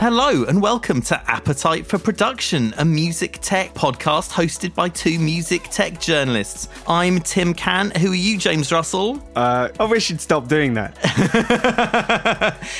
Hello and welcome to Appetite for Production, a music tech podcast hosted by two music tech journalists. I'm Tim Can. Who are you, James Russell? Uh, I wish you'd stop doing that.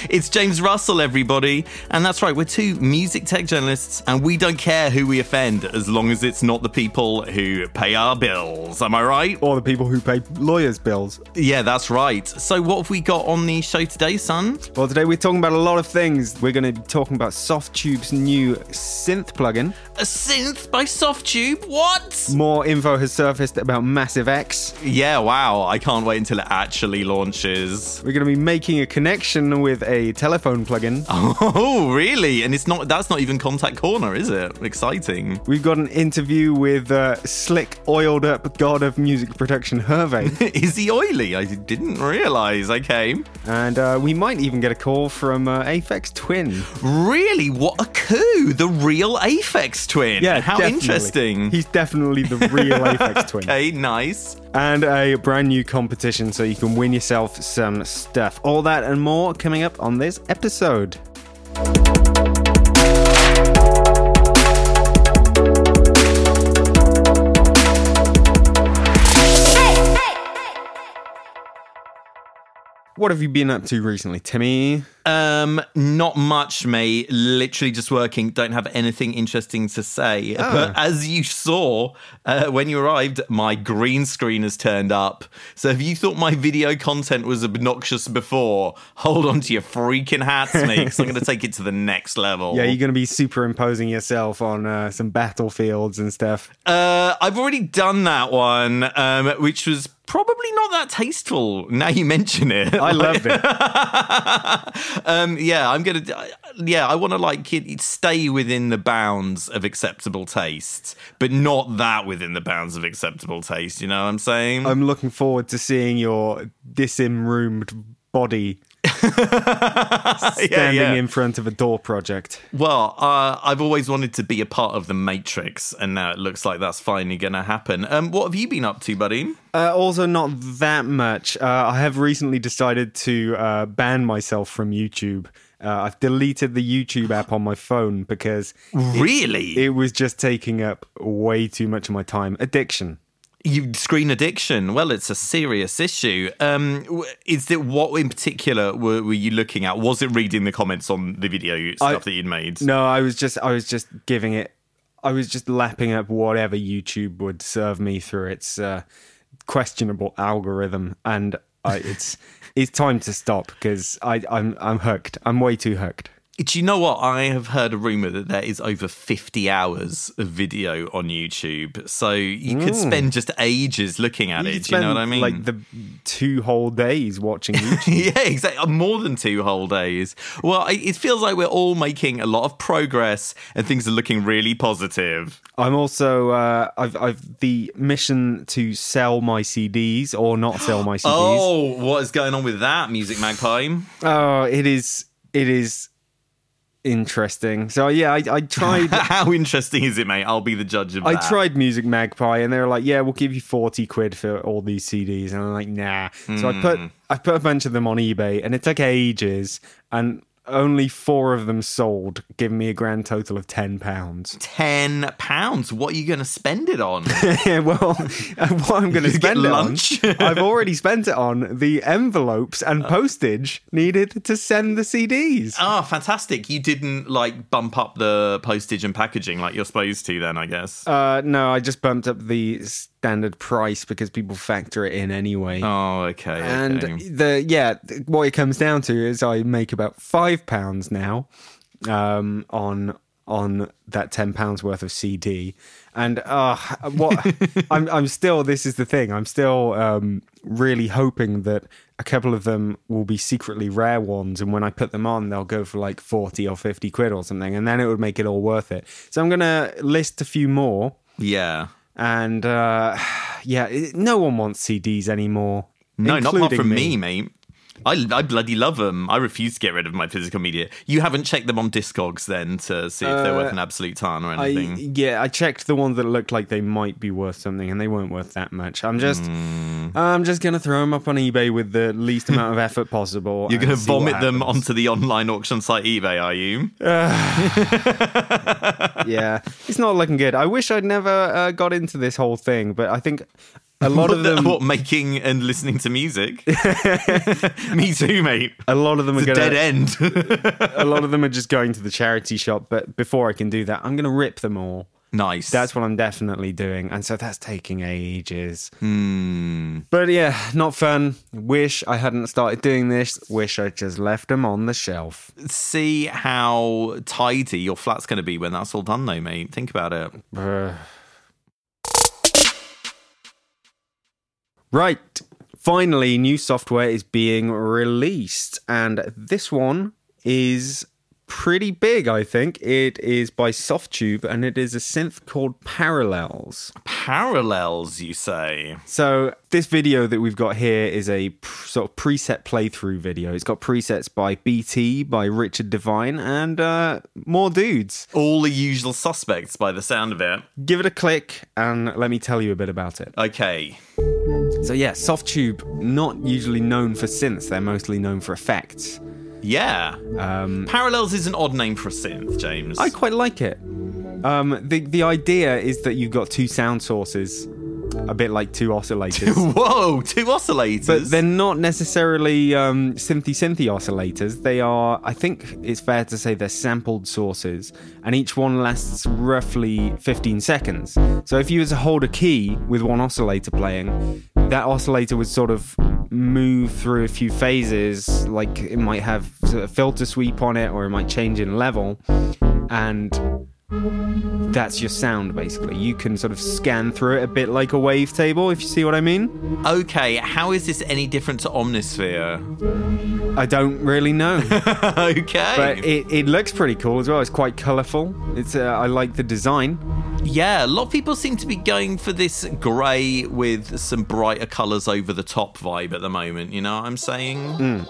It's James Russell, everybody. And that's right, we're two music tech journalists, and we don't care who we offend as long as it's not the people who pay our bills. Am I right? or the people who pay lawyers' bills. Yeah, that's right. So, what have we got on the show today, son? Well, today we're talking about a lot of things. We're going to be talking about SoftTube's new synth plugin. A synth by Softube? What? More info has surfaced about Massive X. Yeah, wow. I can't wait until it actually launches. We're going to be making a connection with a telephone plugin. Oh, really? And it's not that's not even contact corner, is it? Exciting. We've got an interview with uh, slick, oiled up god of music production, Hervé. Is he oily? I didn't realize. Okay. and uh, we might even get a call from uh, Aphex Twin. Really? What a coup! The real Aphex twin. How definitely. interesting. He's definitely the real Aphex Twin. okay, nice. and a brand new competition so you can win yourself some stuff. All that and more coming up on this episode. What have you been up to recently, Timmy? Um, not much, mate. Literally just working. Don't have anything interesting to say. Ah. But as you saw uh, when you arrived, my green screen has turned up. So if you thought my video content was obnoxious before, hold on to your freaking hats, mate. Because I'm going to take it to the next level. Yeah, you're going to be superimposing yourself on uh, some battlefields and stuff. Uh, I've already done that one, um, which was probably not that tasteful. Now you mention it, I loved it. um, yeah, I'm gonna. Yeah, I want to like it- stay within the bounds of acceptable taste, but not that within the bounds of acceptable taste. You know what I'm saying? I'm looking forward to seeing your disenroomed body standing yeah. in front of a door project. Well, uh, I've always wanted to be a part of the Matrix, and now it looks like that's finally gonna happen. Um, what have you been up to, buddy? Uh, also, not that much. Uh, I have recently decided to uh, ban myself from YouTube. Uh, I've deleted the YouTube app on my phone because Really? it was just taking up way too much of my time. Addiction. you screen addiction well it's a serious issue um w- is it what in particular were, were you looking at was it reading the comments on the video stuff that you'd made No, I was just, I was just giving it. I was just lapping up whatever YouTube would serve me through its uh, questionable algorithm, and I, it's it's time to stop because I'm I'm hooked. I'm way too hooked. do you know what i have heard a rumor that there is over 50 hours of video on youtube so you could spend just ages looking at it do you know Hmm. spend, what i mean Like the two whole days watching YouTube. yeah, exactly. More than two whole days. Well, it it feels like we're all making a lot of progress and things are looking really positive. I'm also uh, I've I've the mission to sell my CDs or not sell my CDs. Oh, what is going on with that, Music Magpie? Oh, it is it is interesting. So yeah, I, I tried How interesting is it, mate? I'll be the judge of I that. tried Music Magpie and they were like, "Yeah, we'll give you forty quid for all these CDs," and I'm like, "Nah." So I Hmm. put I put a bunch of them on eBay, and it took ages, and only four of them sold, giving me a grand total of ten pounds. Ten pounds. What are you going to spend it on? Yeah, well, uh, what I'm going to You get spend it on, lunch. Uh. I've already spent it on the envelopes and postage needed to send the CDs. Ah, fantastic. You didn't like bump up the postage and packaging like you're supposed to. Then I guess. Uh, no, I just bumped up the standard price because people factor it in anyway. oh, okay. okay. and the yeah, th- what it comes down to is I make about five pounds now um, on on that ten pounds worth of CD, and uh, what I'm I'm still this is the thing I'm still um, really hoping that a couple of them will be secretly rare ones, and when I put them on, they'll go for like forty or fifty quid or something, and then it would make it all worth it. So I'm gonna list a few more. yeah. And uh, yeah, it- no one wants CDs anymore. No, not apart including from me, mate. I, I bloody love them. I refuse to get rid of my physical media. You haven't checked them on Discogs then to see if they're worth an absolute ton or Uh, I, anything. yeah, I checked the ones that looked like they might be worth something, and they weren't worth that much. I'm just, Hmm. I'm just going to throw them up on eBay with the least amount of effort possible. You're and going to see what vomit them happens. onto the online auction site eBay, are you? yeah, it's not looking good. I wish I'd never uh, got into this whole thing, but I think a lot of What the- them, what, making and listening to music? Me too, mate. a lot of them are It's a going dead to, end. a lot of them are just going to the charity shop. But before I can do that, I'm going to rip them all. nice. That's what I'm definitely doing, and so that's taking ages. Hmm. But yeah, not fun. Wish I hadn't started doing this. Wish I just left them on the shelf. see how tidy your flat's going to be when that's all done, though, mate. Think about it. Bruh. Right. Finally, new software is being released, and this one is pretty big, I think. It is by Softube, and it is a synth called Parallels. Parallels, you say? So, this video that we've got here is a pr- sort of preset playthrough video. It's got presets by BT, by Richard Devine, and uh, more dudes. All the usual suspects by the sound of it. Give it a click, and let me tell you a bit about it. Okay. So yeah, Softube not usually known for synths; they're mostly known for effects. Yeah. Parallels is an odd name for a synth, James. Um, I quite like it. Um, the the idea is that you've got two sound sources, a bit like two oscillators, Whoa, two oscillators. but they're not necessarily um, synthy synthy oscillators. They are, I think it's fair to say, they're sampled sources, and each one lasts roughly 15 seconds. So if you were to hold a key with one oscillator playing, that oscillator would sort of move through a few phases. Like it might have sort of filter sweep on it, or it might change in level, and that's your sound basically. You can sort of scan through it a bit like a wavetable, if you see what I mean. Okay, how is this any different to Omnisphere? I don't really know, okay. but it, it looks pretty cool as well. It's quite colourful. It's uh, I like the design. yeah, a lot of people seem to be going for this grey with some brighter colours over the top vibe at the moment. You know what I'm saying?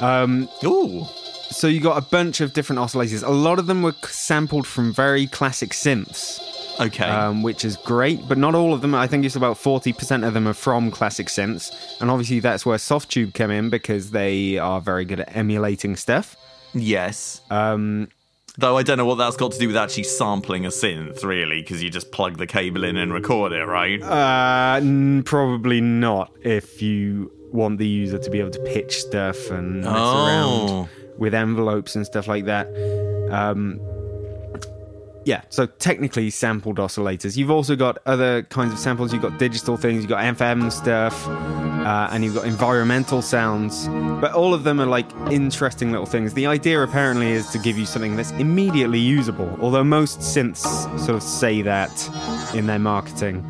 Um, Ooh. So you got a bunch of different oscillators. A lot of them were c- sampled from very classic synths, Okay. um, which is great, but not all of them. I think it's about forty percent of them are from classic synths, and obviously that's where Softube come in because they are very good at emulating stuff. yes. Um, Though I don't know what that's got to do with actually sampling a synth, really, because you just plug the cable in and record it, right? Uh, n- probably not if you want the user to be able to pitch stuff and mess Oh. around with envelopes and stuff like that. Um, yeah, so technically sampled oscillators. You've also got other kinds of samples. You've got digital things, you've got FM stuff, uh, and you've got environmental sounds. But all of them are like interesting little things. The idea apparently is to give you something that's immediately usable, although most synths sort of say that in their marketing.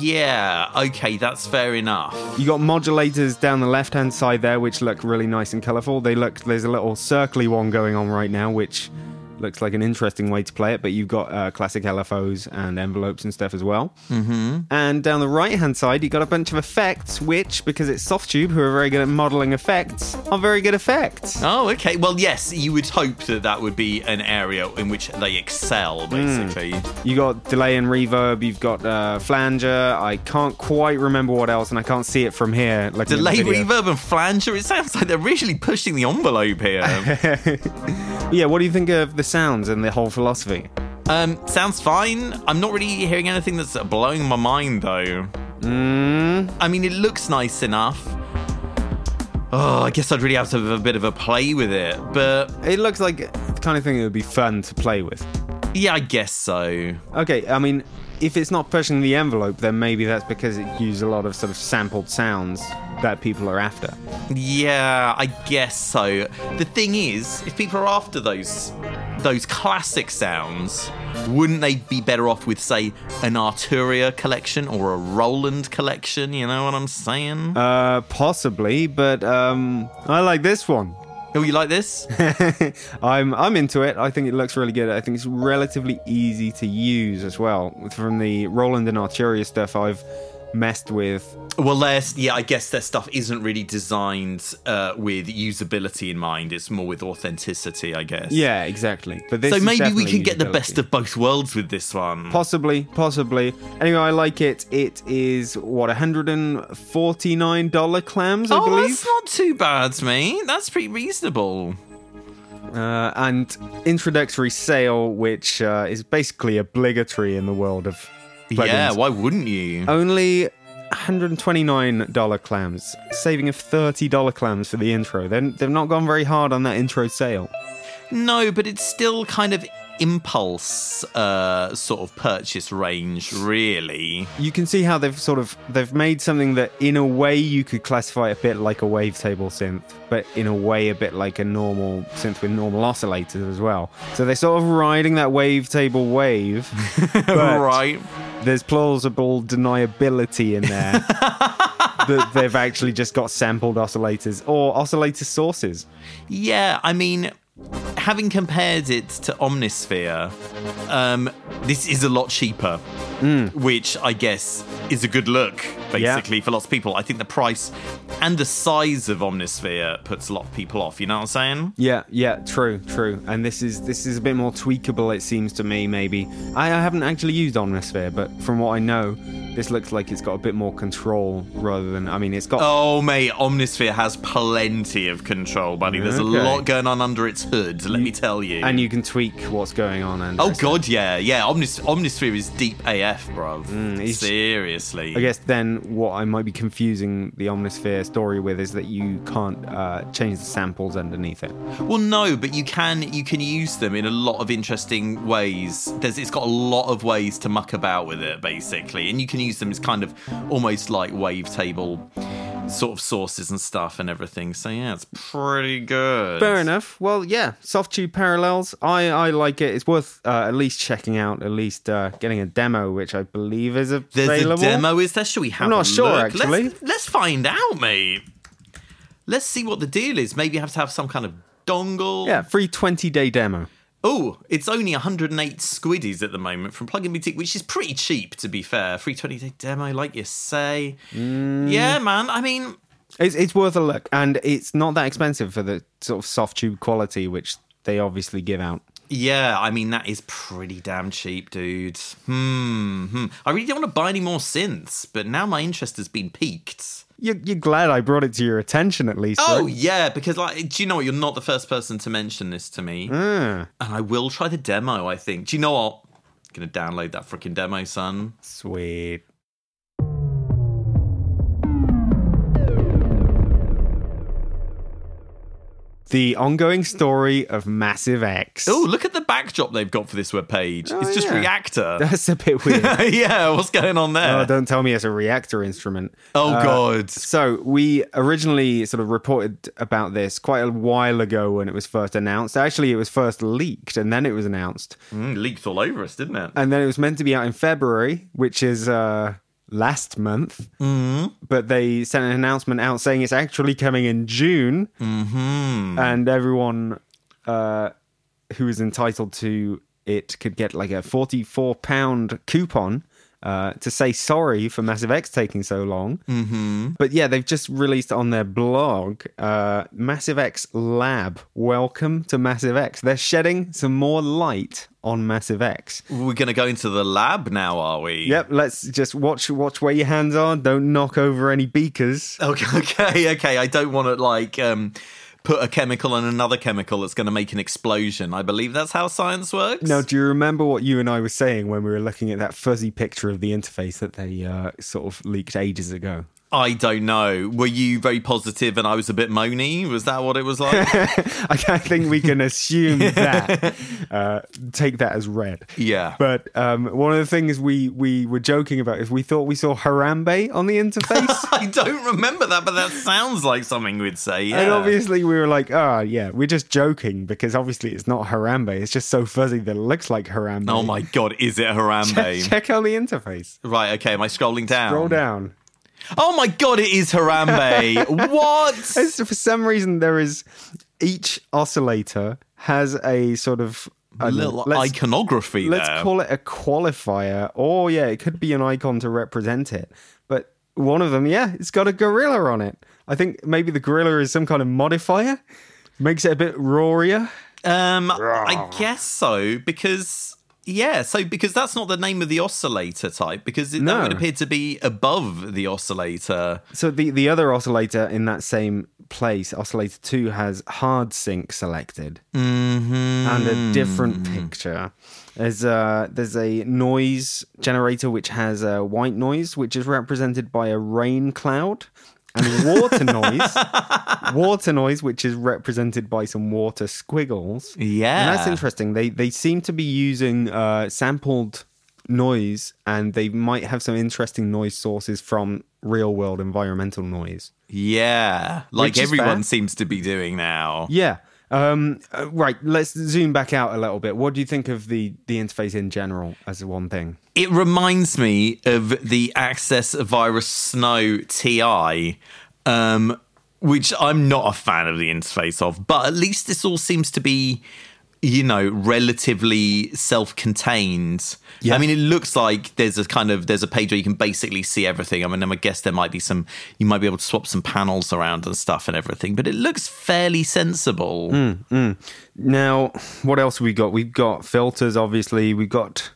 yeah, okay, that's fair enough. You got modulators down the left hand side there, which look really nice and colourful. They look there's a little circly one going on right now, which looks like an interesting way to play it. But you've got uh, classic LFOs and envelopes and stuff as well. Mm-hmm. And down the right hand side, you got a bunch of effects, which because it's SoftTube, who are very good at modelling effects, are very good effects. Oh, okay. Well, yes, you would hope that that would be an area in which they excel, basically. You got delay and reverb. You've got uh, flanger. I can't quite remember what else, and I can't see it from here. Like Delay, reverb, and flanger. It sounds like they're really pushing the envelope here. Yeah. What do you think of the sounds and the whole philosophy? um, sounds fine. I'm not really hearing anything that's blowing my mind, though. I mean, it looks nice enough. Oh, I guess I'd really have to have a bit of a play with it. But It looks like the kind of thing that would be fun to play with. yeah, I guess so. Okay, I mean, if it's not pushing the envelope, then maybe that's because it used a lot of sort of sampled sounds that people are after. Yeah, I guess so. The thing is, if people are after those those classic sounds, wouldn't they be better off with say an Arturia collection or a Roland collection, you know what I'm saying? Uh, possibly, but um, I like this one. oh, you like this? I'm I'm into it. I think it looks really good. I think it's relatively easy to use as well. From the Roland and Arturia stuff, I've messed with. Well, there's yeah, I guess their stuff isn't really designed uh, with usability in mind. It's more with authenticity, I guess. Yeah, exactly. But this So is maybe we definitely can get the usability. best of both worlds with this one. Possibly, possibly. Anyway, I like it. It is what 149 dollar clams, I oh, believe. that's not too bad, mate. That's pretty reasonable. uh, and introductory sale, which uh, is basically obligatory in the world of plugins. Yeah, why wouldn't you? Only $129 clams, saving of $30 clams for the intro. Then they've not gone very hard on that intro sale. No, but it's still kind of impulse uh, sort of purchase range, really. You can see how they've sort of they've made something that in a way you could classify a bit like a wavetable synth, but in a way a bit like a normal synth with normal oscillators as well. So they're sort of riding that wavetable wave. but right. There's plausible deniability in there that they've actually just got sampled oscillators or oscillator sources. Yeah, I mean, having compared it to Omnisphere, um, this is a lot cheaper, which I guess is a good look, basically, for lots of people. I think the price and the size of Omnisphere puts a lot of people off. You know what I'm saying? Yeah, yeah, true, true. And this is this is a bit more tweakable, it seems to me. Maybe I, I haven't actually used Omnisphere, but from what I know, this looks like it's got a bit more control rather than. I mean, it's got Oh, mate, Omnisphere has plenty of control, buddy. There's a Okay. lot going on under its hood, let me tell you. and you can tweak what's going on. And Oh god, yeah, yeah. Omnis- Omnisphere is deep AF, bruv. Mm, he's- Seriously. I guess then what I might be confusing the Omnisphere story with is that you can't uh, change the samples underneath it. Well, no, but you can you can use them in a lot of interesting ways. There's it's got a lot of ways to muck about with it, basically, and you can use them as kind of almost like wavetable sort of sources and stuff and everything. So yeah, it's pretty good. Fair enough. Well, yeah, soft tube parallels. I, I like it. It's worth uh, at least checking out, at least uh, getting a demo, which I believe is available. There's a demo. Is there? Should we have? I'm not a sure, look? Let's- actually. Let's, find out, mate. Let's see what the deal is. Maybe you have to have some kind of dongle. Yeah, free 20 day demo. Oh, it's only 108 squiddies at the moment from Plug and Boutique, which is pretty cheap, to be fair. Free 20 day demo, like you say. Mm. Yeah, man. I mean, It's, it's worth a look, and it's not that expensive for the sort of soft tube quality which they obviously give out. yeah, I mean, that is pretty damn cheap, dude. Hmm. hmm. I really don't want to buy any more synths, but now my interest has been piqued. You're, you're glad I brought it to your attention at least. Oh, right? yeah, because, like, do you know what? You're not the first person to mention this to me. Ah, And I will try the demo, I think. Do you know what? Gonna download that freaking demo, son. sweet. The ongoing story of Massive X. Oh, look at the backdrop they've got for this webpage. Oh, it's just yeah. Reactor. That's a bit weird. yeah, what's going on there? Oh, uh, don't tell me it's a reactor instrument. Oh, God. So we originally sort of reported about this quite a while ago when it was first announced. Actually, it was first leaked and then it was announced, Mm, leaked all over us, didn't it? and then it was meant to be out in February, which is uh, last month. Mm-hmm. But they sent an announcement out saying it's actually coming in June, mm-hmm. and everyone uh, who is entitled to it could get like a forty-four pound coupon. Uh, to say sorry for Massive X taking so long. But yeah, they've just released on their blog uh, Massive X Lab. Welcome to Massive X. They're shedding some more light on Massive X. We're going to go into the lab now, are we? Yep, let's just watch watch where your hands are. Don't knock over any beakers. Okay, okay, okay. I don't want to, like, um, put a chemical on another chemical that's going to make an explosion. I believe that's how science works. Now, do you remember what you and I were saying when we were looking at that fuzzy picture of the interface that they uh, sort of leaked ages ago? I don't know. Were you very positive and I was a bit moany? Was that what it was like? I think we can assume that. Uh, take that as read. Yeah. But um, one of the things we we were joking about is we thought we saw Harambe on the interface. I don't remember that, but that sounds like something we'd say. Yeah. And obviously, we were like, oh, yeah, we're just joking because obviously it's not Harambe. It's just so fuzzy that it looks like Harambe. Oh my god, is it Harambe? Check out the interface. Right, okay, am I scrolling down? Roll down. Oh my god, it is Harambe. what? It's- for some reason, there is each oscillator has a sort of. I don't know, little let's, iconography let's there. call it a qualifier. Or, yeah, it could be an icon to represent it. But one of them, yeah, it's got a gorilla on it. I think maybe the gorilla is some kind of modifier, makes it a bit roarier. Um, I guess so because yeah, so because that's not the name of the oscillator type because it, that No. would appear to be above the oscillator. So the, the other oscillator in that same place, oscillator two, has hard sync selected and a different picture. There's a, there's a noise generator which has a white noise, which is represented by a rain cloud, and water noise, water noise, which is represented by some water squiggles. Yeah. and that's interesting. They they seem to be using uh, sampled noise, and they might have some interesting noise sources from real world environmental noise. Yeah, like Which is everyone fair. seems to be doing now. Yeah. Um, uh, right. Let's zoom back out a little bit. What do you think of the the interface in general as one thing? It reminds me of the Access Virus Snow TI, um, which I'm not a fan of the interface of, but at least this all seems to be, you know, relatively self-contained. Yeah. I mean, it looks like there's a kind of there's a page where you can basically see everything. I mean, I guess there might be some you might be able to swap some panels around and stuff and everything, but it looks fairly sensible. Mm. Now, what else we got? We've got filters, obviously. We've got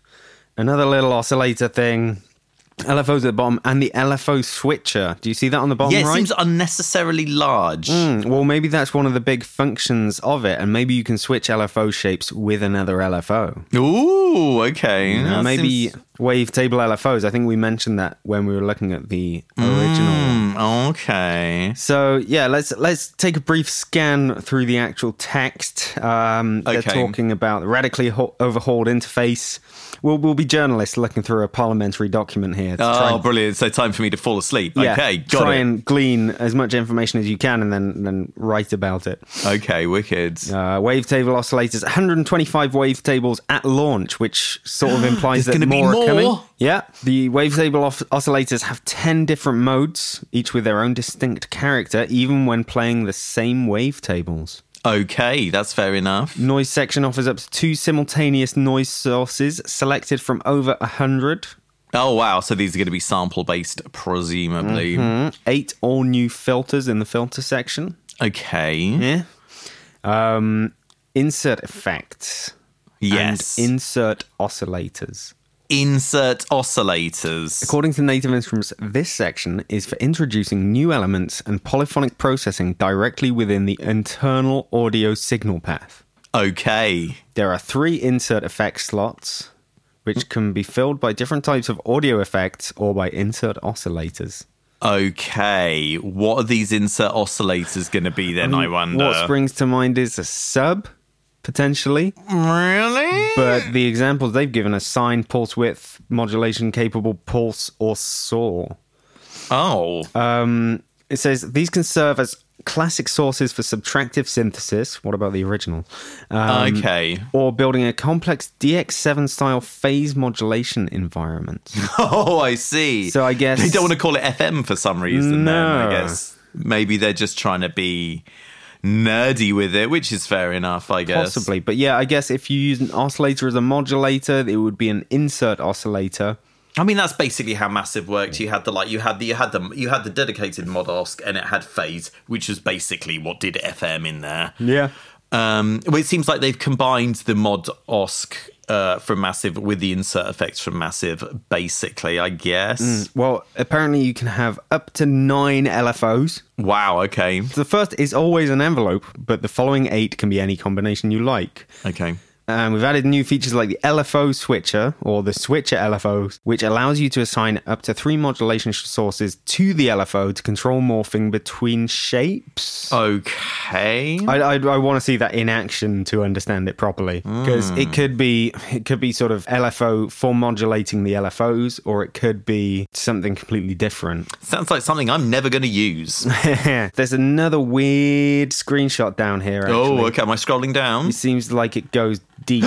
another little oscillator thing. LFO's at the bottom, and the LFO switcher. Do you see that on the bottom Yeah, it right? seems unnecessarily large. Hmm, well, maybe that's one of the big functions of it, and maybe you can switch LFO shapes with another LFO. Ooh, okay. Now, That Mm, maybe seems- wavetable LFOs. I think we mentioned that when we were looking at the original. Mm, okay. So yeah, let's let's take a brief scan through the actual text. Um, They're Okay. talking about the radically ho- overhauled interface. We'll we'll be journalists looking through a parliamentary document here. To try Oh, and, brilliant. So time for me to fall asleep. yeah, okay, got try it. and glean as much information as you can, and then then write about it. okay, wicked. Uh, wavetable oscillators, 125 wavetables at launch, which sort of implies There's gonna that be more, are coming. more? Yeah, the wavetable os- oscillators have 10 different modes, each with their own distinct character, even when playing the same wavetables. Okay, that's fair enough. Noise section offers up to two simultaneous noise sources selected from over 100. Oh, wow. So these are going to be sample based, presumably. Eight all new filters in the filter section. Okay. Yeah. Um, insert effects. Yes. And insert oscillators. Insert oscillators. According to Native Instruments, this section is for introducing new elements and polyphonic processing directly within the internal audio signal path. Okay. There are three insert effect slots, which can be filled by different types of audio effects or by insert oscillators. Okay. What are these insert oscillators going to be then, I wonder? Um, What springs to mind is a sub, potentially, really? but the examples they've given are sine, pulse width, modulation capable, pulse, or saw. oh. It says these can serve as classic sources for subtractive synthesis. What about the original? Um, okay. Or building a complex DX7 style phase modulation environment. Oh, I see. So I guess- they don't want to call it FM for some reason. Then I No. guess maybe they're just trying to be nerdy with it, which is fair enough. I guess. Possibly. But yeah, I guess if you use an oscillator as a modulator, it would be an insert oscillator. I mean, that's basically how Massive worked. You had the like, you had the you had the you had the dedicated mod ask, and it had phase, which is basically what did FM in there. Yeah. Um, well, it seems like they've combined the mod osc uh, from Massive with the insert effects from Massive. Basically, I guess. Well, apparently you can have up to nine LFOs. Wow. Okay. The first is always an envelope, but the following eight can be any combination you like. Okay. And we've added new features like the LFO switcher or the switcher LFO, which allows you to assign up to three modulation sh- sources to the LFO to control morphing between shapes. Oh. Okay. I, I, I want to see that in action to understand it properly Mm. because it could be it could be sort of LFO for modulating the LFOs, or it could be something completely different. Sounds like something I'm never going to use. There's another weird screenshot down here. Actually. Oh, okay. Am I scrolling down? It seems like it goes deep.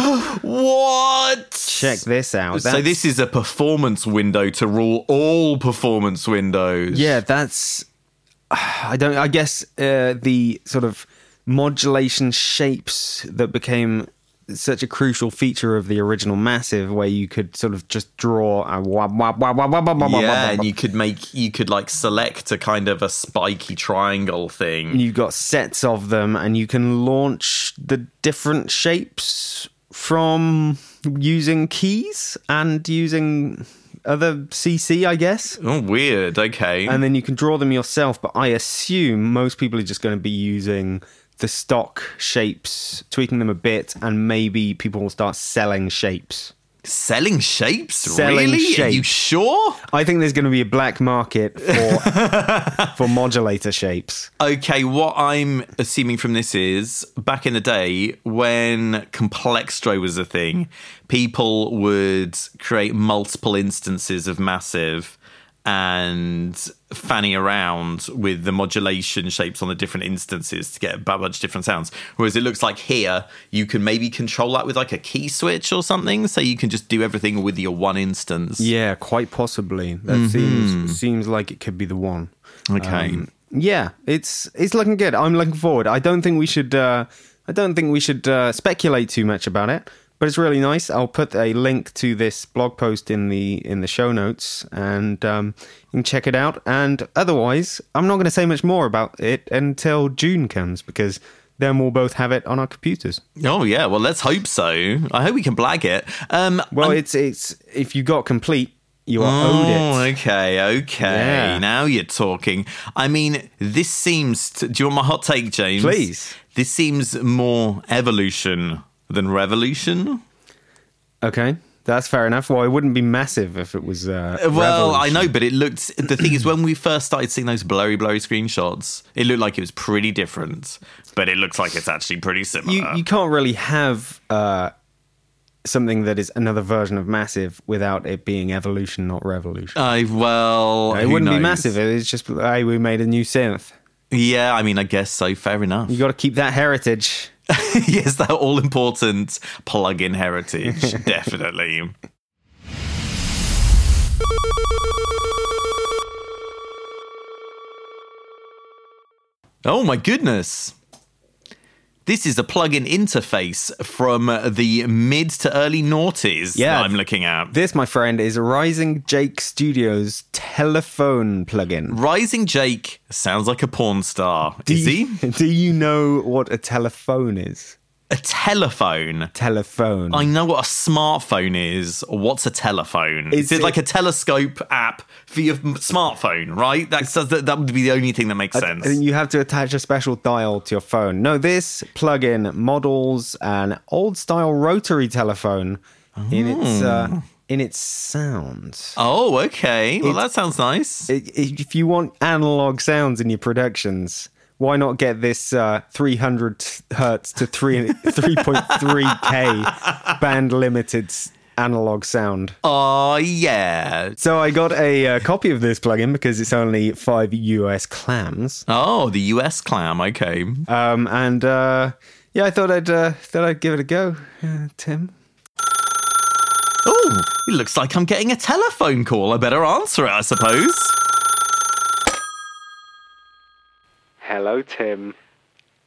What? Check this out. So this is a performance window to rule all performance windows. Yeah, that's. I don't. I guess uh, the sort of modulation shapes that became such a crucial feature of the original Massive, where you could sort of just draw a wah, wah, wah, wah, wah, wah, wah, wah, yeah, wah, wah. and you could make you could like select a kind of a spiky triangle thing. You've got sets of them, and you can launch the different shapes from using keys and using other CC, I guess. Oh, weird. Okay. and then you can draw them yourself. But I assume most people are just going to be using the stock shapes, tweaking them a bit, and maybe people will start selling shapes. Selling shapes? Selling really? Are you shapes. sure? I think there's going to be a black market for for modulator shapes. Okay, what I'm assuming from this is back in the day when Complexstro was a thing, people would create multiple instances of Massive and fanny around with the modulation shapes on the different instances to get a bu- bunch of different sounds. Whereas it looks like here you can maybe control that with like a key switch or something, so you can just do everything with your one instance. Yeah, quite possibly. That seems seems like it could be the one. Okay. Um, yeah, it's it's looking good. I'm looking forward. I don't think we should. Uh, I don't think we should uh, speculate too much about it. But it's really nice. I'll put a link to this blog post in the in the show notes, and um, you can check it out. And otherwise, I'm not going to say much more about it until June comes, because then we'll both have it on our computers. oh yeah, well let's hope so. I hope we can blag it. Um Well, it's it's if you got complete, you are Oh, owed it. okay, okay. Yeah. Now you're talking. I mean, this seems. To, do you want my hot take, James? Please. This seems more evolution than revolution. Okay, that's fair enough. Well, it wouldn't be massive if it was. Uh, Well, I Revolution. know, but it looked. The thing is, when we first started seeing those blurry, blurry screenshots, it looked like it was pretty different. But it looks like it's actually pretty similar. you, you can't really have uh, something that is another version of massive without it being evolution, not revolution. I well, it Uh, who wouldn't be knows? massive. It's just hey, we made a new synth. Yeah, I mean, I guess so. Fair enough. You got to keep that heritage. yes, that all important plug-in heritage, definitely. Oh my goodness. This is a plug-in interface from the mid to early noughties Yeah. that I'm looking at. This, my friend, is Rising Jake Studios telephone plugin. Rising Jake sounds like a porn star. Is Do he? you- Do you know what a telephone is? A telephone. Telephone. I know what a smartphone is. What's a telephone? It's- Is it like a telescope app for your m- smartphone, right? That's, that, that would be the only thing that makes sense. And you have to attach a special dial to your phone. No, this plug-in models an old-style rotary telephone in its uh, in its sound. oh, okay. Well, that sounds nice. I- i- If you want analog sounds in your productions, why not get this uh, 300 hertz to 3 3.3k band limited s- analog sound? Oh, yeah. So I got a uh, copy of this plugin because it's only 5 US clams. Oh, the US clam. Okay. Um, and uh, yeah, I thought I'd uh, thought I'd give it a go, uh, Tim. Oh, it looks like I'm getting a telephone call. I better answer it, I suppose. Hello, Tim.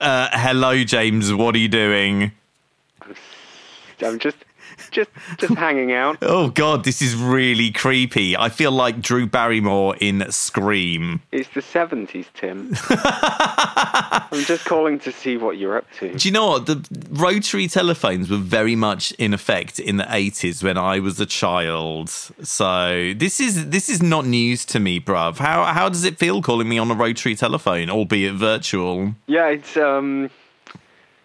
Uh, hello, James. What are you doing? I'm just just just hanging out. Oh, God, this is really creepy. I feel like Drew Barrymore in Scream. It's the 70s, Tim. I'm just calling to see what you're up to. Do you know what? The rotary telephones were very much in effect in the eighties when I was a child. So this is this is not news to me, bruv. How how does it feel calling me on a rotary telephone, albeit virtual? Yeah, it's um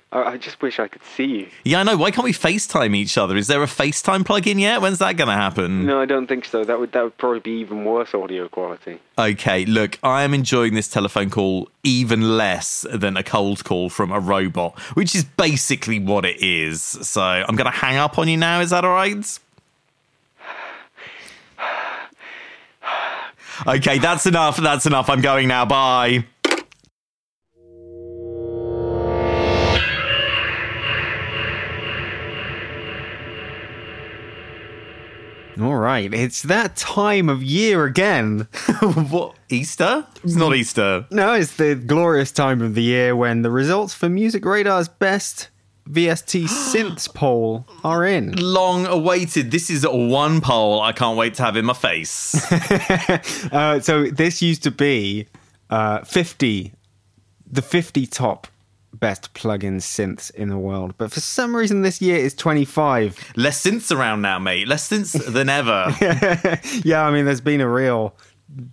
I I just wish I could see you. Yeah, I know. Why can't we FaceTime each other? Is there a FaceTime plug-in yet? When's that gonna happen? No, I don't think so. That would that would probably be even worse audio quality. Okay, look, I am enjoying this telephone call even less than a cold call from a robot, which is basically what it is. So I'm gonna hang up on you now. Is that all right? Okay, that's enough. That's enough. I'm going now. Bye. All right, it's that time of year again. what? Easter? It's not Easter. No, it's the glorious time of the year when the results for Music Radar's best VST synths poll are in. Long awaited. This is one poll I can't wait to have in my face. Uh, so this used to be uh, 50, the 50 top best plugin synths in the world. But for some reason, this year is 25. Less synths around now, mate. Less synths than ever. Yeah, I mean, there's been a real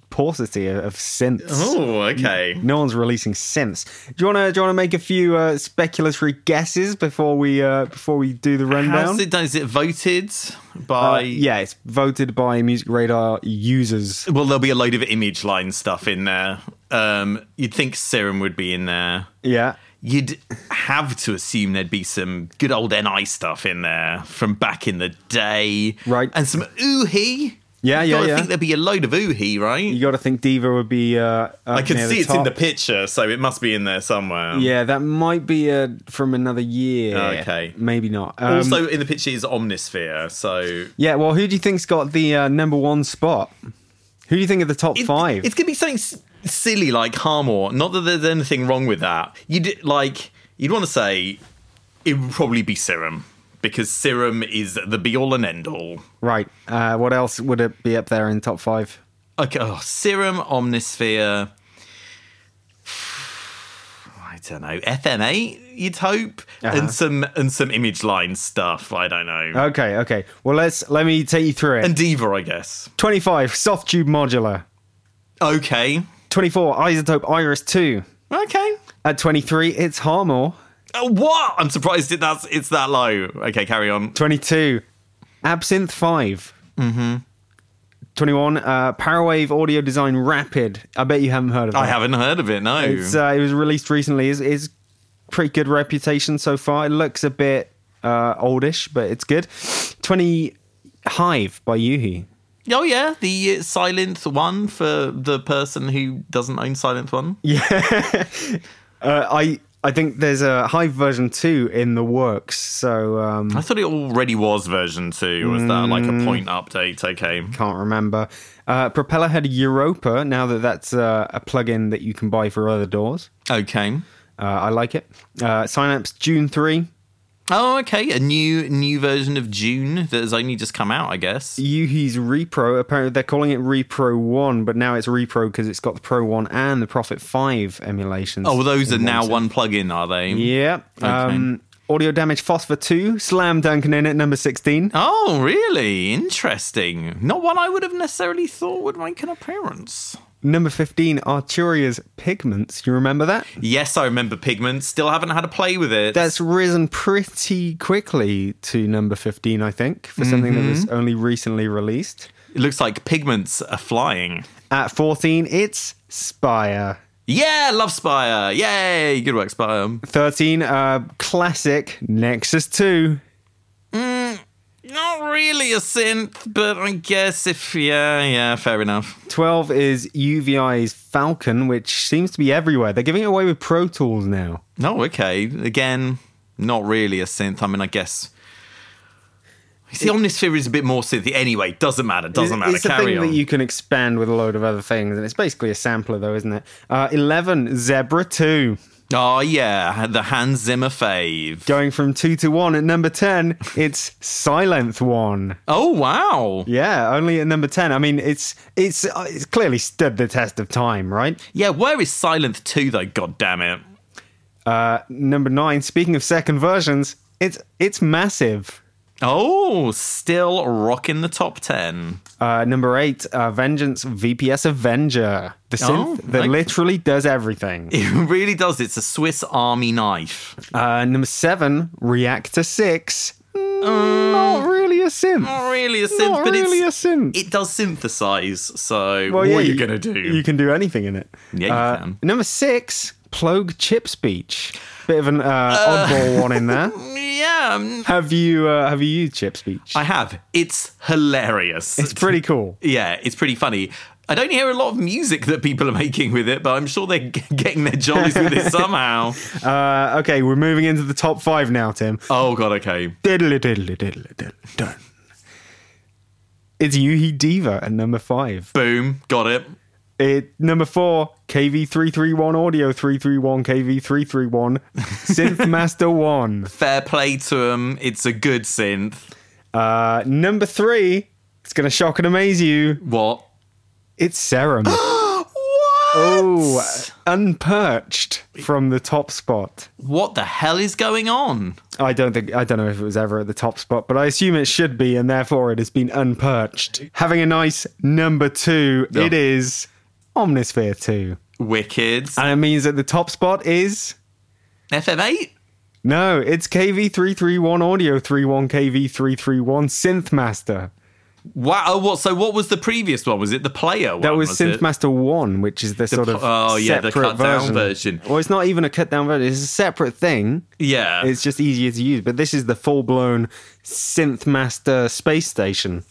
paucity of, of synths. Oh, okay. No one's releasing synths. Do you wanna do you wanna make a few uh, speculatory guesses before we uh, before we do the rundown? How's it done? Is it voted Uh, by? yeah, it's voted by Music Radar users. Well, there'll be a load of image line stuff in there. Um, you'd think Serum would be in there. Yeah. You'd have to assume there'd be some good old NI stuff in there from back in the day, Right. And some oohee. Yeah, You've yeah, gotta yeah. Think there'd be a load of oohee, right? You got to think Diva would be. Uh, I can see it's in the picture. picture, so it must be in there somewhere. Yeah, that might be uh, from another year. Okay. maybe not. Um, Also in the picture is Omnisphere, so yeah. Well, who do you think's got the uh, number one spot? Who do you think are the top It- five? It's gonna be something s- silly like Harmore. Not that there's anything wrong with that. You'd like you'd want to say it would probably be Serum because Serum is the be all and end all. right. Uh, what else would it be up there in top five? Okay, oh, Serum, Omnisphere. I don't know. FNA, you'd hope, Uh-huh. Oh. and some and some image line stuff. I don't know. Okay. Okay. Well, let's let me take you through it. and Diva, I guess. Twenty-five soft tube modular. Okay. Twenty-four isotope iris two. Okay. At twenty-three, it's Harmore. Uh, what? I'm surprised it, that's it's that low. Okay, carry on. Twenty-two, absinthe five. Mm-hmm. Twenty-one, uh, Parawave Audio Design Rapid. I bet you haven't heard of it. I haven't heard of it. No. It's uh, it was released recently. It's, it's pretty good reputation so far. It looks a bit uh, oldish, but it's good. Twenty Hive by Yuhi. Oh yeah, the uh, Silent One for the person who doesn't own Silent One. Uh, I I think there's a Hive version two in the works. So um, I thought it already was version two. Was that like Mm. a point update? Okay. can't remember. Uh, Propellerhead Europa. Now that that's uh, a plugin that you can buy for other doors, Okay. uh, I like it. Uh, Synapse June three. Oh, okay. A new new version of June that has only just come out, I guess. Yuhi's Repro. Apparently, they're calling it Repro One, but now it's Repro because it's got the Pro One and the Prophet Five emulations. Oh, well, those are in now set. one plugin, are they? Yeah. Um, Audio Damage Phosphor Two, Slam Duncan in at number sixteen. Oh, really? Interesting. Not one I would have necessarily thought would make an appearance. Number fifteen, Arturia's Pigments. You remember that? Yes, I remember Pigment. Still haven't had a play with it. That's risen pretty quickly to number fifteen, I think, for something that was Mm-hmm. only recently released. It looks like Pigments are flying. At fourteen, it's Spire. Yeah, love Spire. Yay, good work, Spire. Thirteen, uh, classic Nexus Two. Not really a synth, but I guess if yeah, yeah, fair enough. 12 is UVI's Falcon, which seems to be everywhere. They're giving it away with Pro Tools now. No, okay. Again, not really a synth. I mean, I guess. You see, Omnisphere is a bit more synthy. Anyway, doesn't matter. Doesn't It's- matter. It's a Carry thing on. that you can expand with a load of other things, and it's basically a sampler, though, isn't it? Uh, 11, Zebra 2. Oh yeah, the Hans Zimmer fave. Going from 2 to 1 at number 10, it's Silent One. Oh wow. Yeah, only at number 10. I mean, it's it's uh, it's clearly stood the test of time, right? Yeah, where is Silent Two though? God damn it. Uh, number 9, speaking of second versions, it's it's massive. Oh, still rocking the top ten. Uh, number eight, uh, Vengeance VPS Avenger, the synth Oh, that okay. literally does everything. It really does. It's a Swiss Army knife. Uh, number seven, Reactor Six, not really a synth. Uh, Not really a synth, Not but really a it's synth. it does synthesize. So Well, what yeah, are you, you- gonna do? You can do anything in it. Yeah, you Uh, can. Number six, Plogue Chip Speech, bit of an uh, oddball one in there. yeah, um, Have you uh, have you used Chip Speech? I have. It's hilarious. it's pretty cool. yeah, it's pretty funny. I don't hear a lot of music that people are making with it, but I'm sure they're g- getting their jollies with it somehow. Uh, okay, we're moving into the top five now, Tim. Oh god, okay. Diddly diddly diddly diddly dun. It's Yuhi Diva at number five. Boom, got it. It, number four, KV331 Audio 331 KV331 Synth Master 1. Fair play to him. It's a good synth. Uh, number three, it's going to shock and amaze you. What? It's Serum. What? oh, unperched from the top spot. What the hell is going on? I don't think I don't know if it was ever at the top spot, but I assume it should be, and therefore it has been unperched. Having a nice number two, Yeah. it is Omnisphere two, Wicked. and it means that the top spot is FM8? no, it's KV three three one audio three one KV three three one Synthmaster. Wow. Oh, what? So, what was the previous one? Was it the player one? That was, it? Synthmaster one, which is the, sort of oh, yeah, the separate cut-down version. version. Well, it's not even a cut down version; it's a separate thing. Yeah. It's just easier to use, but this is the full blown Synthmaster space station.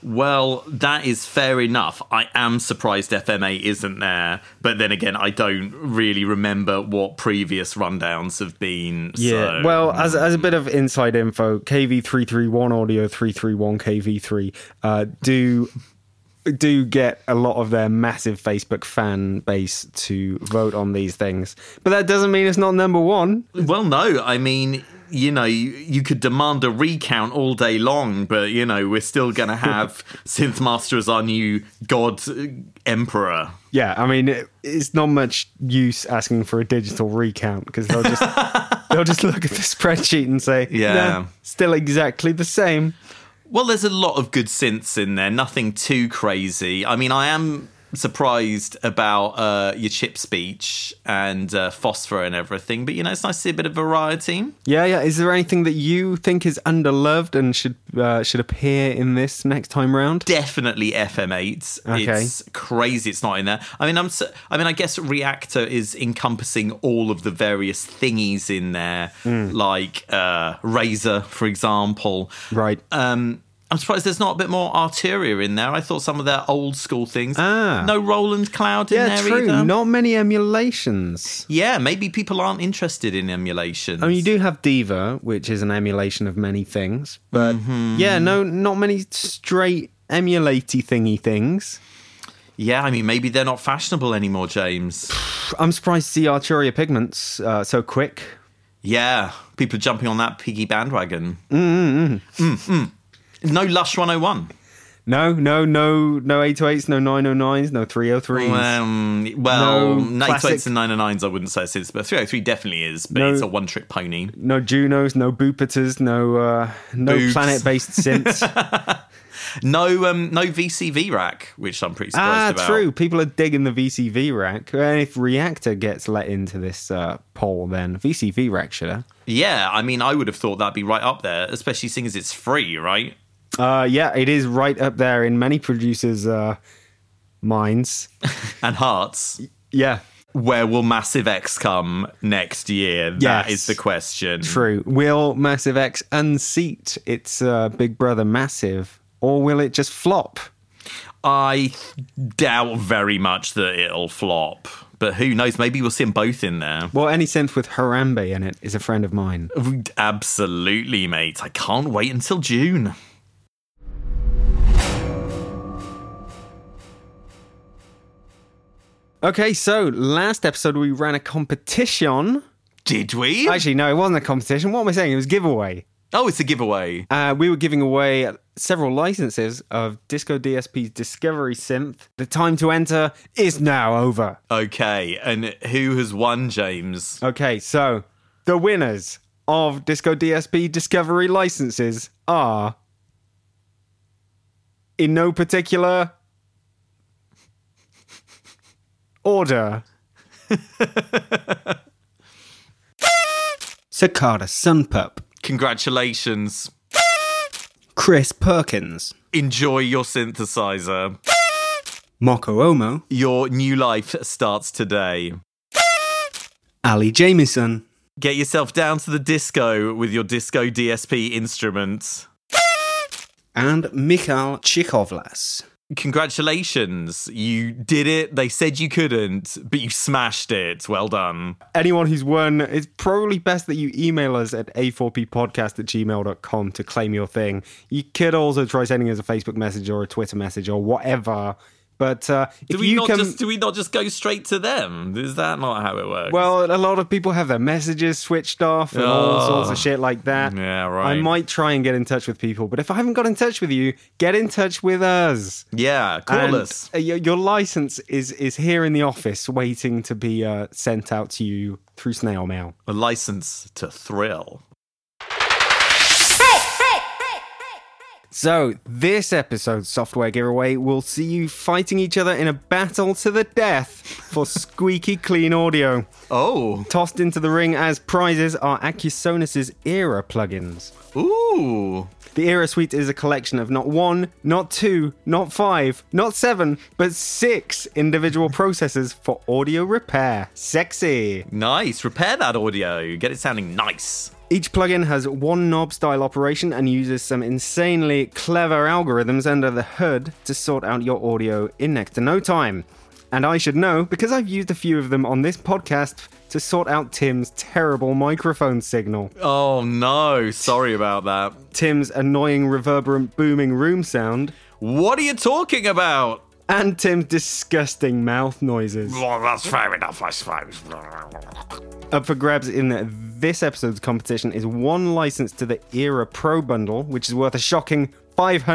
Well, that is fair enough. I am surprised FMA isn't there, but then again, I don't really remember what previous rundowns have been. Yeah. so- mm. well, as, as a bit of inside info, KV331 Audio 331 KV3 uh, do do get a lot of their massive Facebook fan base to vote on these things. But that doesn't mean it's not number 1. well, no, I mean, you know, you, you could demand a recount all day long, but you know, we're still going to have Synthmaster as our new god uh, emperor. Yeah, I mean it, it's not much use asking for a digital recount because they'll just they'll just look at the spreadsheet and say, Yeah. "Nah, still exactly the same." Well, there's a lot of good synths in there. Nothing too crazy. I mean, I am surprised about uh, your chip speech and uh, phosphor and everything, but you know, it's nice to see a bit of variety. Yeah, yeah. Is there anything that you think is underloved and should uh, should appear in this next time round? Definitely FM8. Okay. It's crazy. It's not in there. I mean, I'm. s- I mean, I guess Reactor is encompassing all of the various thingies in there, like uh, Razor, for example. Right. Um, I'm surprised there's not a bit more Arteria in there. I thought some of their old school things. Ah. No Roland Cloud in yeah, there true. either. Not many emulations. yeah, maybe people aren't interested in emulations. I mean, Oh, you do have Diva, which is an emulation of many things, but Mm-hmm. yeah, no, not many straight emulatey thingy things. yeah, I mean, maybe they're not fashionable anymore, James. I'm surprised to see Arturia Pigments uh, so quick. yeah, people are jumping on that piggy bandwagon. Mm, mm, mm. No Lush 101. No, no, no, no 808s, no 909s, no 303s. Um, well, No 928s classic- and 909s, I wouldn't say since, but 303 definitely is, but No. it's a one trick pony. No Junos, no Boopiters, no uh, no Boobs. planet-based synths. No um, no VCV rack, which I'm pretty surprised Ah, about. true. People are digging the VCV rack. And if Reactor gets let into this uh, poll, then VCV rack should have. Yeah, I mean, I would have thought that'd be right up there, especially seeing as it's free, right? Uh, yeah, it is right up there in many producers' uh, minds. And Hearts. Yeah, Where will Massive X come next year? That Yes. is the question. true. Will Massive X unseat its uh, big brother Massive, or will it just flop? I doubt very much that it'll flop, but who knows? Maybe we'll see them both in there. Well, any synth with Harambe in it is a friend of mine. Absolutely, mate. I can't wait until June. Okay, so last episode we ran a competition. Did we? Actually, no, it wasn't a competition. What am I saying? It was giveaway. oh, it's a giveaway. Uh, we were giving away several licenses of Disco DSP's Discovery Synth. The time to enter is now over. Okay, and who has won, James? Okay, so the winners of Disco DSP Discovery licenses are, in no particular order, Cicada Sunpup, Congratulations. Chris Perkins, Enjoy your synthesizer. Moko Omo. Your new life starts today. Ali Jamieson, Get yourself down to the disco with your disco DSP instrument. and Mikhail Chikovlas. Congratulations, you did it. They said you couldn't, but you smashed it. Well done. Anyone who's won, it's probably best that you email us at a4ppodcast at gmail.com to claim your thing. You could also try sending us a Facebook message or a Twitter message or whatever, But uh, if Do we you not can, just do we not just go straight to them? Is that not how it works? well, a lot of people have their messages switched off and all Oh. sorts of shit like that. Yeah, right. I might try and get in touch with people, but if I haven't got in touch with you, get in touch with us. yeah, call And, us. uh, your, your license is is here in the office, waiting to be uh, sent out to you through snail mail. A license to thrill. So, this episode's software giveaway will see you fighting each other in a battle to the death for squeaky clean audio. Oh, Tossed into the ring as prizes are Acusonus's Era plugins. ooh, The Era Suite is a collection of not one, not two, not five, not seven, but six individual processors for audio repair. Sexy. nice. Repair that audio. Get it sounding nice. Each plugin has one knob style operation and uses some insanely clever algorithms under the hood to sort out your audio in next to no time. And I should know because I've used a few of them on this podcast to sort out Tim's terrible microphone signal. Oh no, sorry about that. Tim's annoying reverberant booming room sound, What are you talking about? and Tim's disgusting mouth noises. Well, that's fair enough, I suppose. Up for grabs in this episode's competition is one license to the Era Pro bundle, which is worth a shocking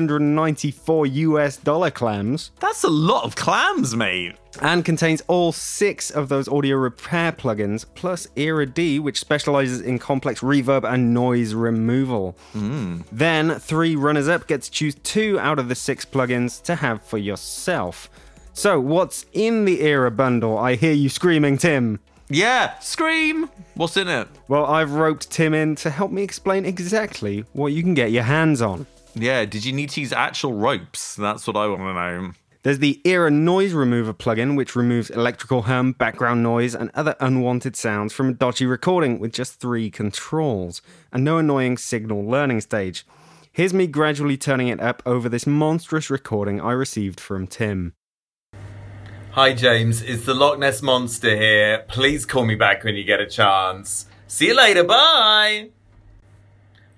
594 US dollar clams, That's a lot of clams, mate. and contains all six of those audio repair plugins, plus Era D, which specializes in complex reverb and noise removal. Then three runners up get to choose two out of the six plugins to have for yourself. So, what's in the Era bundle? I hear you screaming, Tim. Yeah, scream. What's in it? Well, I've roped Tim in to help me explain exactly what you can get your hands on. Yeah, did you need to use actual ropes? That's what I want to know. There's the Era Noise Remover plugin, which removes electrical hum, background noise, and other unwanted sounds from a dodgy recording with just three controls and no annoying signal learning stage. Here's me gradually turning it up over this monstrous recording I received from Tim. Hi, James. It's the Loch Ness Monster here. Please call me back when you get a chance. See you later. Bye.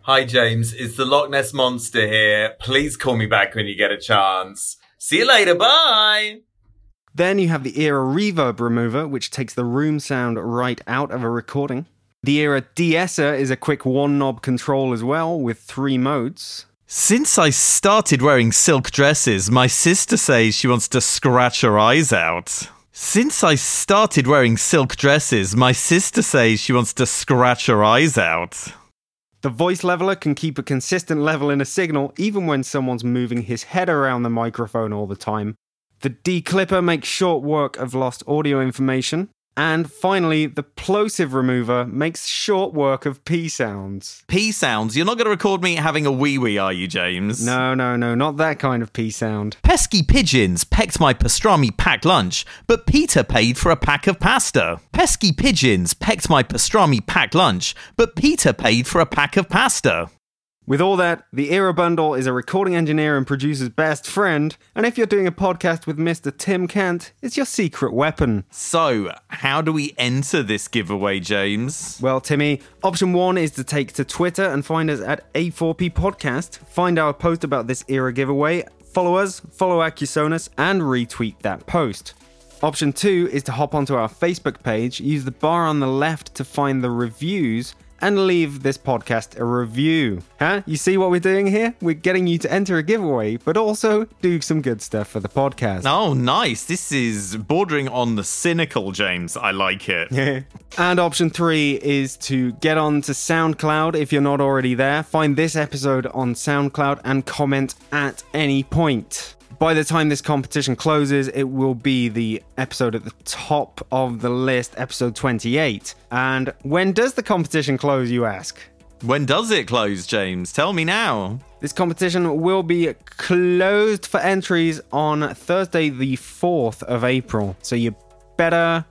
Hi, James. It's the Loch Ness Monster here. Please call me back when you get a chance. See you later. Bye. Then you have the Era Reverb Remover, which takes the room sound right out of a recording. The Era De-esser is a quick one knob control as well, with three modes. Since I started wearing silk dresses, my sister says she wants to scratch her eyes out. Since I started wearing silk dresses, my sister says she wants to scratch her eyes out. The voice leveler can keep a consistent level in a signal even when someone's moving his head around the microphone all the time. The declipper makes short work of lost audio information. And finally, the plosive remover makes short work of P sounds. P sounds. You're not going to record me having a wee wee, are you, James? No, no, no, not that kind of P sound. Pesky pigeons pecked my pastrami packed lunch, but Peter paid for a pack of pasta. Pesky pigeons pecked my pastrami packed lunch, but Peter paid for a pack of pasta. With all that, the Era Bundle is a recording engineer and producer's best friend, and if you're doing a podcast with Mr. Tim Kant, it's your secret weapon. So, how do we enter this giveaway, James? Well, Timmy, option one is to take to Twitter and find us at A4P Podcast. Find our post about this era giveaway, follow us, follow Acusonus, and retweet that post. Option two is to hop onto our Facebook page, use the bar on the left to find the reviews, and leave this podcast a review. Huh? You see what we're doing here? We're getting you to enter a giveaway, but also do some good stuff for the podcast. Oh, nice. This is bordering on the cynical, James. I like it. And option three is to get on to SoundCloud if you're not already there. Find this episode on SoundCloud and comment at any point. By the time this competition closes, it will be the episode at the top of the list, episode 28. And when does the competition close, you ask? When does it close, James? Tell me now. This competition will be closed for entries on Thursday, the 4th of April. So you better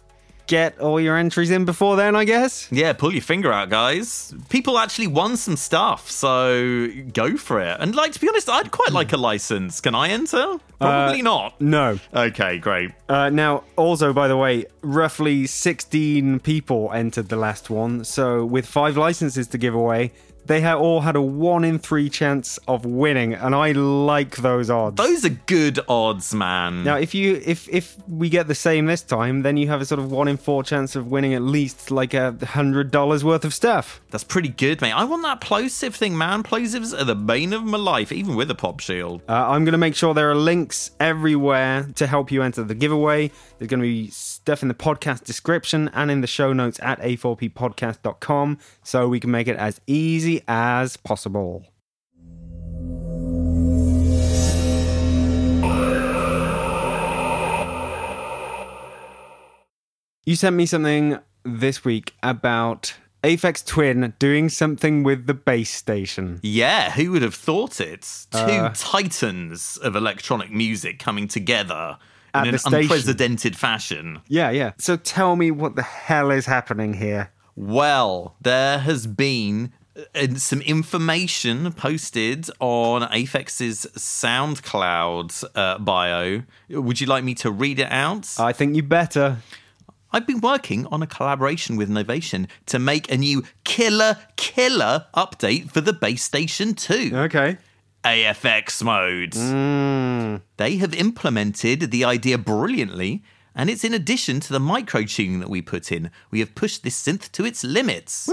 get all your entries in before then, I guess. Yeah, pull your finger out, guys. People actually won some stuff, so go for it. And, like, to be honest, I'd quite like a license. Can I enter? Probably not. No. Okay, great. Uh, now, also, by the way, roughly 16 people entered the last one. So, with five licenses to give away, They ha- all had a one in three chance of winning, and I like those odds. Those are good odds, man. now, if you if if we get the same this time, then you have a sort of one in four chance of winning at least like a hundred dollars worth of stuff. That's pretty good, mate. I want that plosive thing, man. Plosives are the bane of my life, even with a pop shield. Uh, I'm going to make sure there are links everywhere to help you enter the giveaway. There's going to be stuff in the podcast description and in the show notes at a4ppodcast.com so we can make it as easy as possible. You sent me something this week about Aphex Twin doing something with the base station. Yeah, who would have thought it? Two Uh, titans of electronic music coming together At in an the station. unprecedented fashion. Yeah, yeah. So tell me what the hell is happening here. Well, there has been uh, some information posted on Apex's SoundCloud uh, bio. Would you like me to read it out? I think you better. I've been working on a collaboration with Novation to make a new killer, killer update for the base station 2. Okay. AFX modes. They have implemented the idea brilliantly, and it's in addition to the micro tuning that we put in. We have pushed this synth to its limits.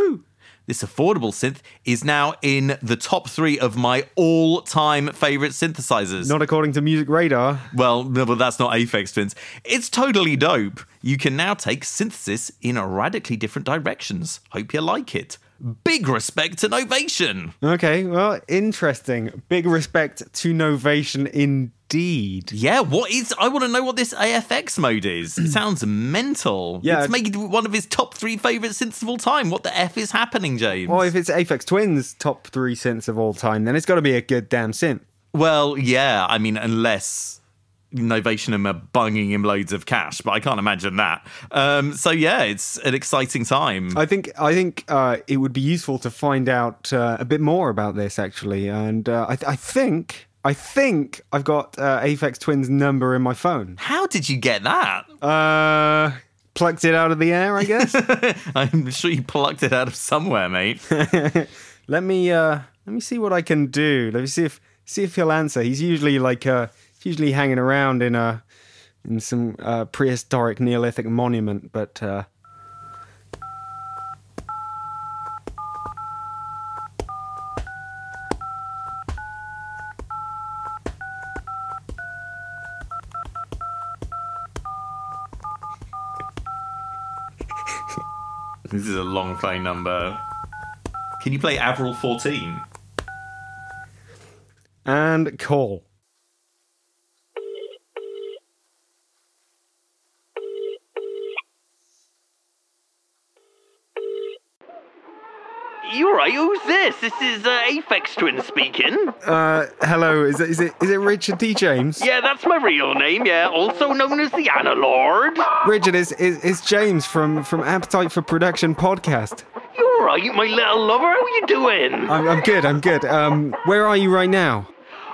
This affordable synth is now in the top three of my all time favorite synthesizers. Not according to Music Radar. Well, no, but that's not Aphex Twins. It's totally dope. You can now take synthesis in radically different directions. Hope you like it. Big respect to Novation. Okay, well, interesting. Big respect to Novation indeed. Yeah, what is? I want to know what this AFX mode is. It sounds mental. Yeah. it's making one of his top three favorite synths of all time. What the f is happening, James? Well, if it's Aphex Twin's top three synths of all time, then it's got to be a good damn synth. Well, yeah, I mean, unless Novation and are bunging him loads of cash, but I can't imagine that. Um, so yeah, it's an exciting time. I think I think uh, it would be useful to find out uh, a bit more about this actually, and uh, I, th- I think I think I've got uh, Aphex Twin's number in my phone. How did you get that? Uh, plucked it out of the air, I guess. I'm sure you plucked it out of somewhere, mate. let me uh let me see what I can do. Let me see if see if he'll answer. He's usually like uh he's usually hanging around in a in some uh, prehistoric Neolithic monument, but uh this is a long phone number. Can you play Avril 14? and call. You're right, who's this? This is uh, Aphex Twin speaking. Uh hello, is it is it is it Richard D. James? Yeah, that's my real name, yeah, also known as the Analord. Richard is is it's James from from Appetite for Production podcast. You're right, my little lover, how you doing? I'm I'm good, I'm good. Um where are you right now?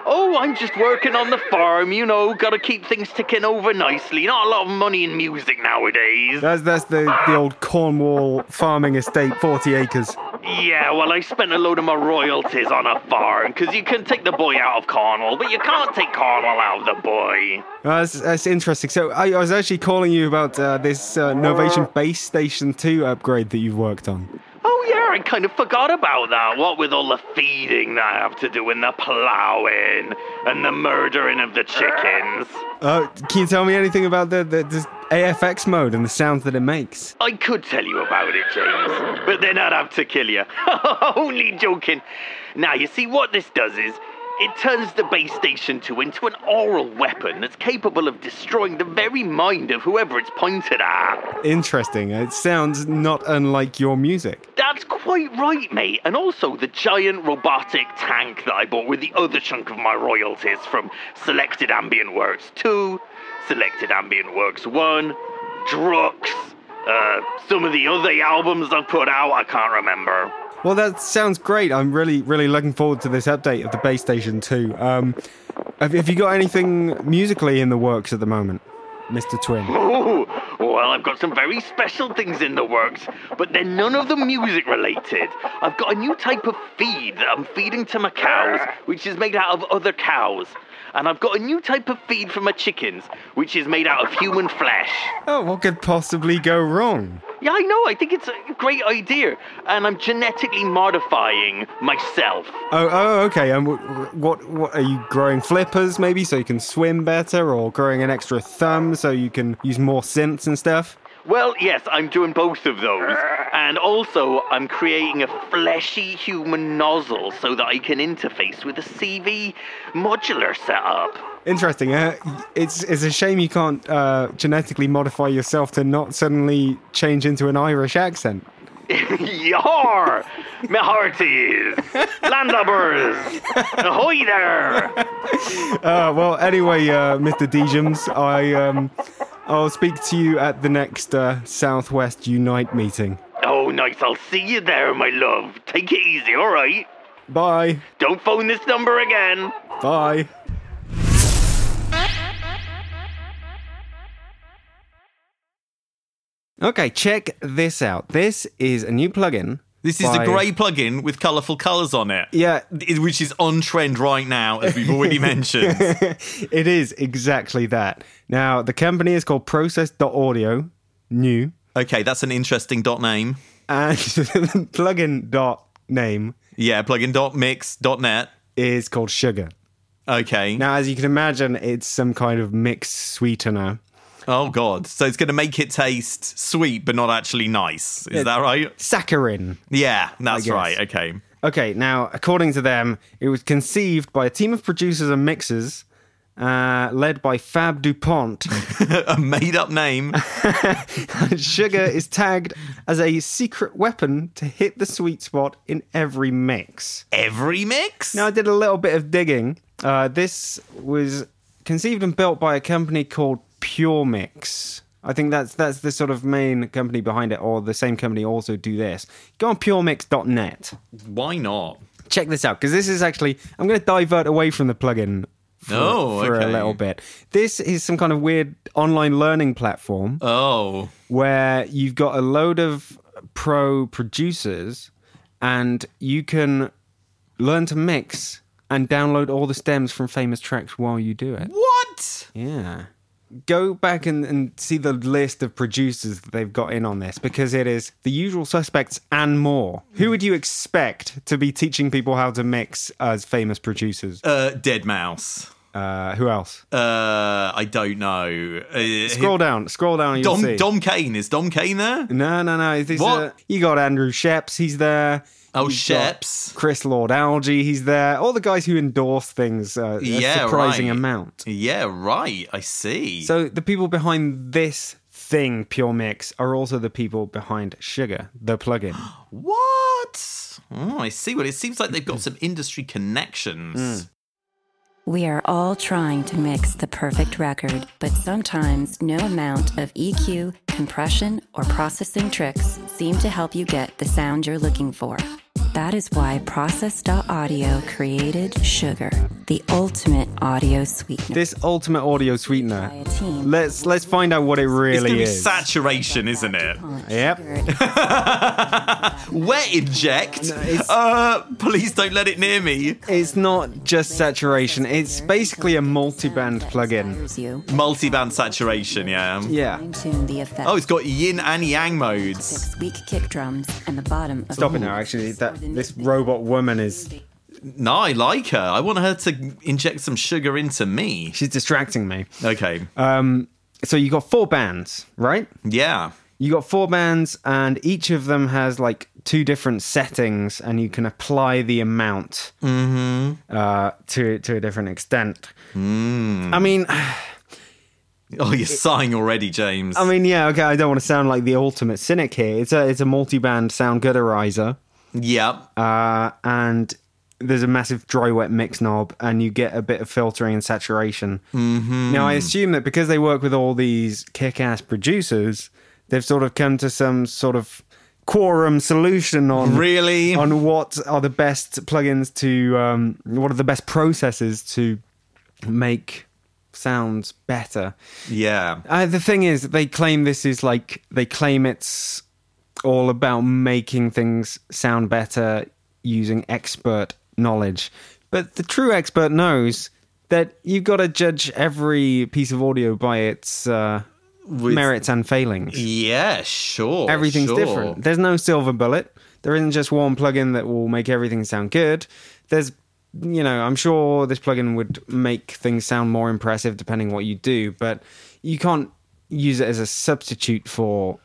Oh, I'm just working on the farm, you know, gotta keep things ticking over nicely. Not a lot of money in music nowadays. That's that's the the old Cornwall farming estate, 40 acres. Yeah, well, I spent a load of my royalties on a farm, 'cause you can take the boy out of Cornwall, but you can't take Cornwall out of the boy. Uh, that's, that's interesting. So I, I was actually calling you about uh, this uh, Novation Base Station 2 upgrade that you've worked on. Oh, yeah, I kind of forgot about that. What with all the feeding that I have to do and the plowing and the murdering of the chickens. Uh, can you tell me anything about the, the this AFX mode and the sounds that it makes? I could tell you about it, James, but then I'd have to kill you. Only joking. Now, you see, what this does is it turns the base station 2 into an oral weapon that's capable of destroying the very mind of whoever it's pointed at. Interesting. It sounds not unlike your music. That's quite right, mate. And also the giant robotic tank that I bought with the other chunk of my royalties from Selected Ambient Works 2, Selected Ambient Works 1, Drux, uh, some of the other albums I've put out, I can't remember. Well, that sounds great. I'm really, really looking forward to this update of the Base Station 2. Um, have, have you got anything musically in the works at the moment, Mr. Twin? Ooh, Well, I've got some very special things in the works, but they're none of them music related. I've got a new type of feed that I'm feeding to my cows, which is made out of other cows. And I've got a new type of feed for my chickens, which is made out of human flesh. Oh, what could possibly go wrong? Yeah, I know. I think it's a great idea. And I'm genetically modifying myself. Oh, oh, okay. And wh- wh- what, what are you growing flippers maybe so you can swim better, or growing an extra thumb so you can use more synths and stuff? Well, yes, I'm doing both of those. And also, I'm creating a fleshy human nozzle so that I can interface with a CV modular setup. Interesting. Uh, it's it's a shame you can't uh, genetically modify yourself to not suddenly change into an Irish accent. Yar! Me hearties! Landabbers! Ahoy there! Uh, well, anyway, uh, Mr. Dejums, I um, I'll speak to you at the next uh, Southwest Unite meeting. Oh, nice. I'll see you there, my love. Take it easy, alright? Bye, Don't phone this number again. bye. Okay, check this out. This is a new plugin. This is by- a grey plugin with colourful colours on it. Yeah, It- Which is on trend right now, as we've already mentioned. it is exactly that. Now, the company is called Process.audio, new, Okay, that's an interesting dot name. and plugin dot name Yeah, plugin dot mix dot net. is called Sugar. Okay. Now, as you can imagine, it's some kind of mixed sweetener. oh god. So it's going to make it taste sweet, but not actually nice. Is that right? Saccharin. Yeah, that's guess. right. Okay. Okay, now, according to them, it was conceived by a team of producers and mixers uh, led by Fab DuPont. a made up name. Sugar is tagged as a secret weapon to hit the sweet spot in every mix. Every mix. Now, I did a little bit of digging. Uh, this was conceived and built by a company called Pure Mix. I think that's that's the sort of main company behind it, or the same company also do this. Go on puremix.net. Why not? Check this out because this is actually I'm going to divert away from the plugin for, Oh, for a okay. little bit. This is some kind of weird online learning platform Oh, where you've got a load of pro producers and you can learn to mix and download all the stems from famous tracks while you do it. what? Yeah. Go back and, and see the list of producers that they've got in on this because it is the usual suspects and more. Who would you expect to be teaching people how to mix as famous producers? Uh, dead mouse. Uh, who else? Uh, I don't know. Uh, scroll down, scroll down. and You'll Dom see. Dom Kane is Dom Kane there? No, no, no. This, What? uh, you got Andrew Sheps, he's there. Oh, You've got Sheps. Chris Lord Algie, he's there. All the guys who endorse things uh, Yeah, a surprising right. amount. Yeah, right. I see. So the people behind this thing, Pure Mix, are also the people behind Sugar, the plugin. what? Oh, I see. Well, it seems like they've got some industry Mm, connections. We are all trying to mix the perfect record, but sometimes no amount of EQ, compression, or processing tricks seem to help you get the sound you're looking for. That is why Process.audio created Sugar, the ultimate audio sweetener. this ultimate audio sweetener. by a team. Let's let's find out what it It's really going to be is. saturation, isn't it? Yep. Wet inject. uh, please don't let it near me. It's not just saturation. It's basically a multi-band plugin. plugin. Multi-band saturation. Yeah. Yeah. Tune the effect. Oh, it's got yin and yang modes. Six weak kick drums and the bottom of Stop it now. Actually, that this robot woman is No, I like her. I want her to inject some sugar into me. she's distracting me. Okay. Um, so you got four bands, right? yeah. You got four bands, and each of them has like two different settings, and you can apply the amount uh, to to a different extent. I mean, Oh, you're sighing already, James. I mean, yeah, okay. I don't want to sound like the ultimate cynic here. It's a it's a multi-band sound gooderizer, yeah. uh, and there's a massive dry wet mix knob, and you get a bit of filtering and saturation. Mm-hmm. Now, I assume that because they work with all these kick-ass producers, they've sort of come to some sort of quorum solution on Really? on what are the best plugins to um, what are the best processes to make sounds better. Yeah. Uh, the thing is, they claim this is like they claim it's all about making things sound better using expert knowledge, but the true expert knows that you've got to judge every piece of audio by its uh, merits and failings. Yeah, sure. Everything's sure. different. There's no silver bullet. There isn't just one plugin that will make everything sound good. There's, you know, I'm sure this plugin would make things sound more impressive depending what you do, but you can't use it as a substitute for.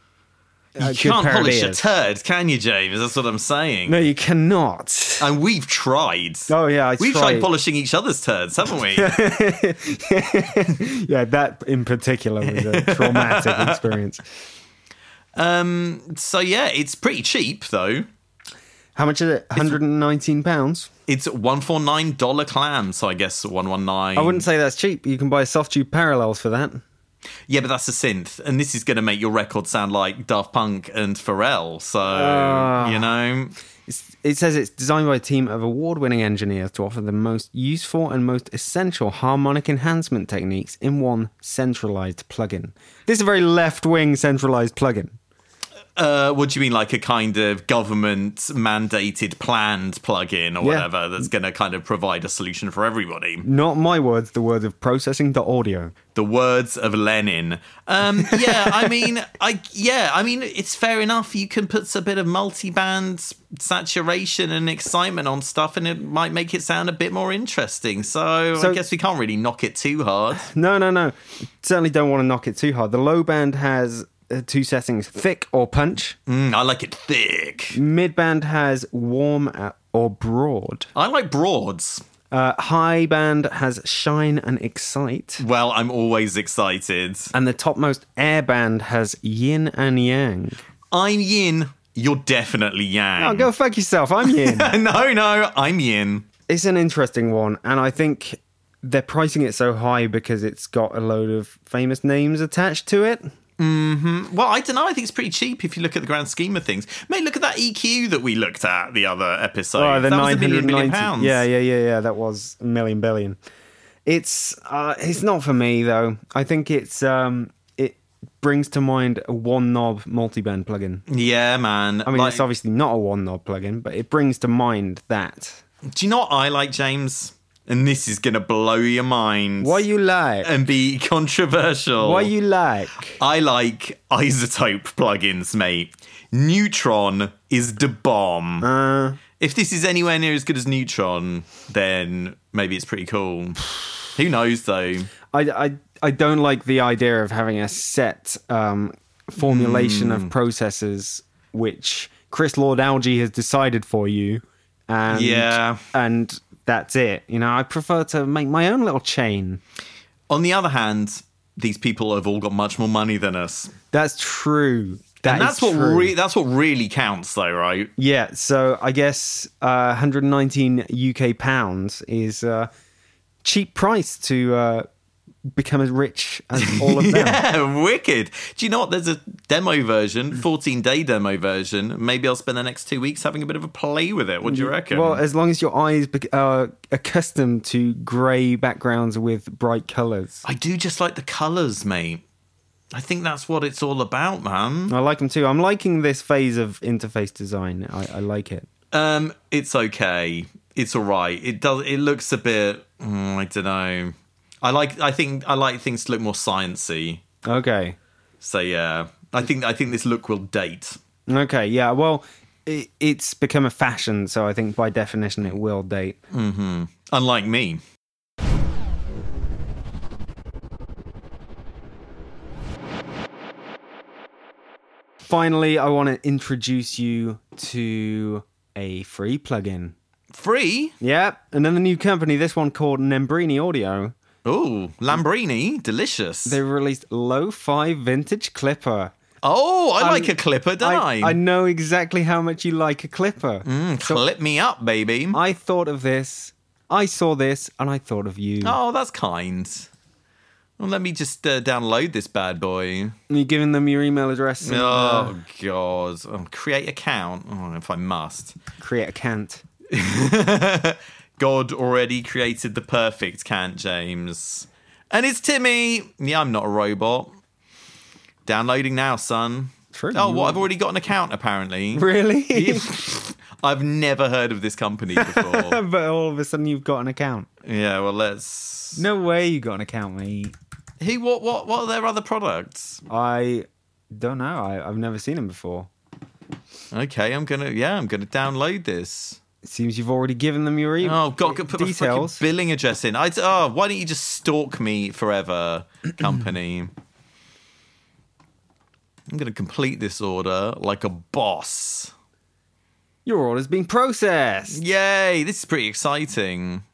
Uh, You can't polish a turd, can you, James? That's what I'm saying. No, you cannot. And we've tried. Oh, yeah, I we've tried tried. polishing each other's turds, haven't we? yeah, that in particular was a traumatic experience. um. So yeah, it's pretty cheap though. How much is it? 119 pounds. It's one four nine dollar clam, so I guess one one nine. I wouldn't say that's cheap. You can buy soft tube parallels for that. Yeah, but that's a synth, and this is going to make your record sound like Daft Punk and Pharrell. So Ah. you know, It's, it says it's designed by a team of award winning engineers to offer the most useful and most essential harmonic enhancement techniques in one centralized plugin. This is a very left wing centralized plugin. uh, what do you mean, like a kind of government mandated planned plugin or Yeah. whatever that's going to kind of provide a solution for everybody? Not my words, the words of processing.audio. The words of Lenin. Um, yeah, I mean, I yeah, I mean, it's fair enough. You can put a bit of multi-band saturation and excitement on stuff, and it might make it sound a bit more interesting. So, I So- guess we can't really knock it too hard. No, no, no. Certainly don't want to knock it too hard. The low band has uh, two settings thick or punch, Mm, I like it thick. mid band has warm uh, or broad, I like broads. uh, high band has shine and excite. Well, I'm always excited. and the topmost airband has yin and yang. I'm yin. You're definitely yang. Oh, go fuck yourself. I'm yin. no, no, I'm yin. it's an interesting one, and I think they're pricing it so high because it's got a load of famous names attached to it. Well, I don't know. I think it's pretty cheap if you look at the grand scheme of things. Mate, look at that EQ that we looked at the other episode. Oh, the that was a million million 990 pounds. Yeah, yeah, yeah, yeah. That was a million billion. It's uh, it's not for me though. I think it's um, it brings to mind a one knob multiband plugin. Yeah, man. I mean, it's obviously not a one knob plugin, but it brings to mind that. do you know what I like, James? And this is going to blow your mind. What you like? And be controversial. What you like? I like isotope plugins, mate. Neutron is the bomb. Uh, if this is anywhere near as good as Neutron, then maybe it's pretty cool. Who knows though? I, I, I don't like the idea of having a set um, formulation Hmm. of processes which Chris Lord Algae has decided for you, and Yeah. and that's it. You know, I prefer to make my own little chain. On the other hand, these people have all got much more money than us. That's true. That And that's is what true. re- that's what really counts though, right? yeah. So I guess uh, 119 UK pounds is uh, cheap price to uh, become as rich as all of them. Yeah, wicked. Do you know what? There's a demo version, Mm. 14 day demo version. Maybe I'll spend the next two weeks having a bit of a play with it. What do you reckon? Mm. Well, as long as your eyes bec- are accustomed to grey backgrounds with bright colours. I do just like the colours, mate. I think that's what it's all about, man. I like them too. I'm liking this phase of interface design. I, I like it. Um, it's okay. It's all right. It does. It looks a bit. mm, I don't know. I like. I think I like things to look more sciency. Okay. So yeah, I think I think this look will date. Okay. Yeah. Well, it, it's become a fashion, so I think by definition it will date. Unlike me. Finally, I want to introduce you to a free plugin. Free. Yep. Another new company. This one called Nembrini Audio. Ooh, Lambrini, delicious. They released Lo-Fi Vintage Clipper. oh, I like a clipper, don't I? Mm, I know exactly how much you like a clipper. Clip me up, baby. I thought of this, I saw this, and I thought of you. oh, that's kind. Well, let me just uh, download this bad boy. You giving them your email address and uh, Oh god. Oh, create account. Oh, if I must. create a cant. God already created the perfect can't, James. And it's Timmy. Yeah, I'm not a robot. Downloading now, son. True. Oh, what? I've already got an account, apparently. Really? I've never heard of this company before. but all of a sudden you've got an account. yeah, well, let's. No way you got an account, mate. He what? What? What are their other products? I don't know. I, I've never seen him before. Okay, I'm gonna. Yeah, I'm gonna download this. It seems you've already given them your email. Oh God, could put my details. fucking billing address in. I oh, why don't you just stalk me forever, company? I'm gonna complete this order like a boss. your order's been processed. Yay! This is pretty exciting.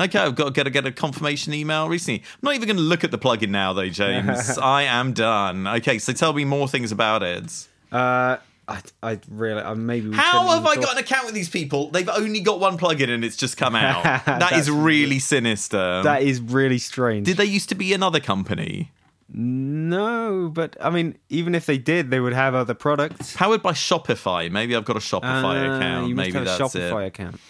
Okay, I've got to get a, get a confirmation email recently. I'm not even going to look at the plugin now, though, James. I am done. Okay, so tell me more things about it. Uh, I, I really, I maybe. we How shouldn't have I even got an talk- account with these people? They've only got one plugin and it's just come out. That is really sinister. That is really strange. Did they used to be another company no, but I mean, even if they did, they would have other products. powered by Shopify? Maybe I've got a Shopify Ah, account. You must Maybe have a that's Shopify it. account.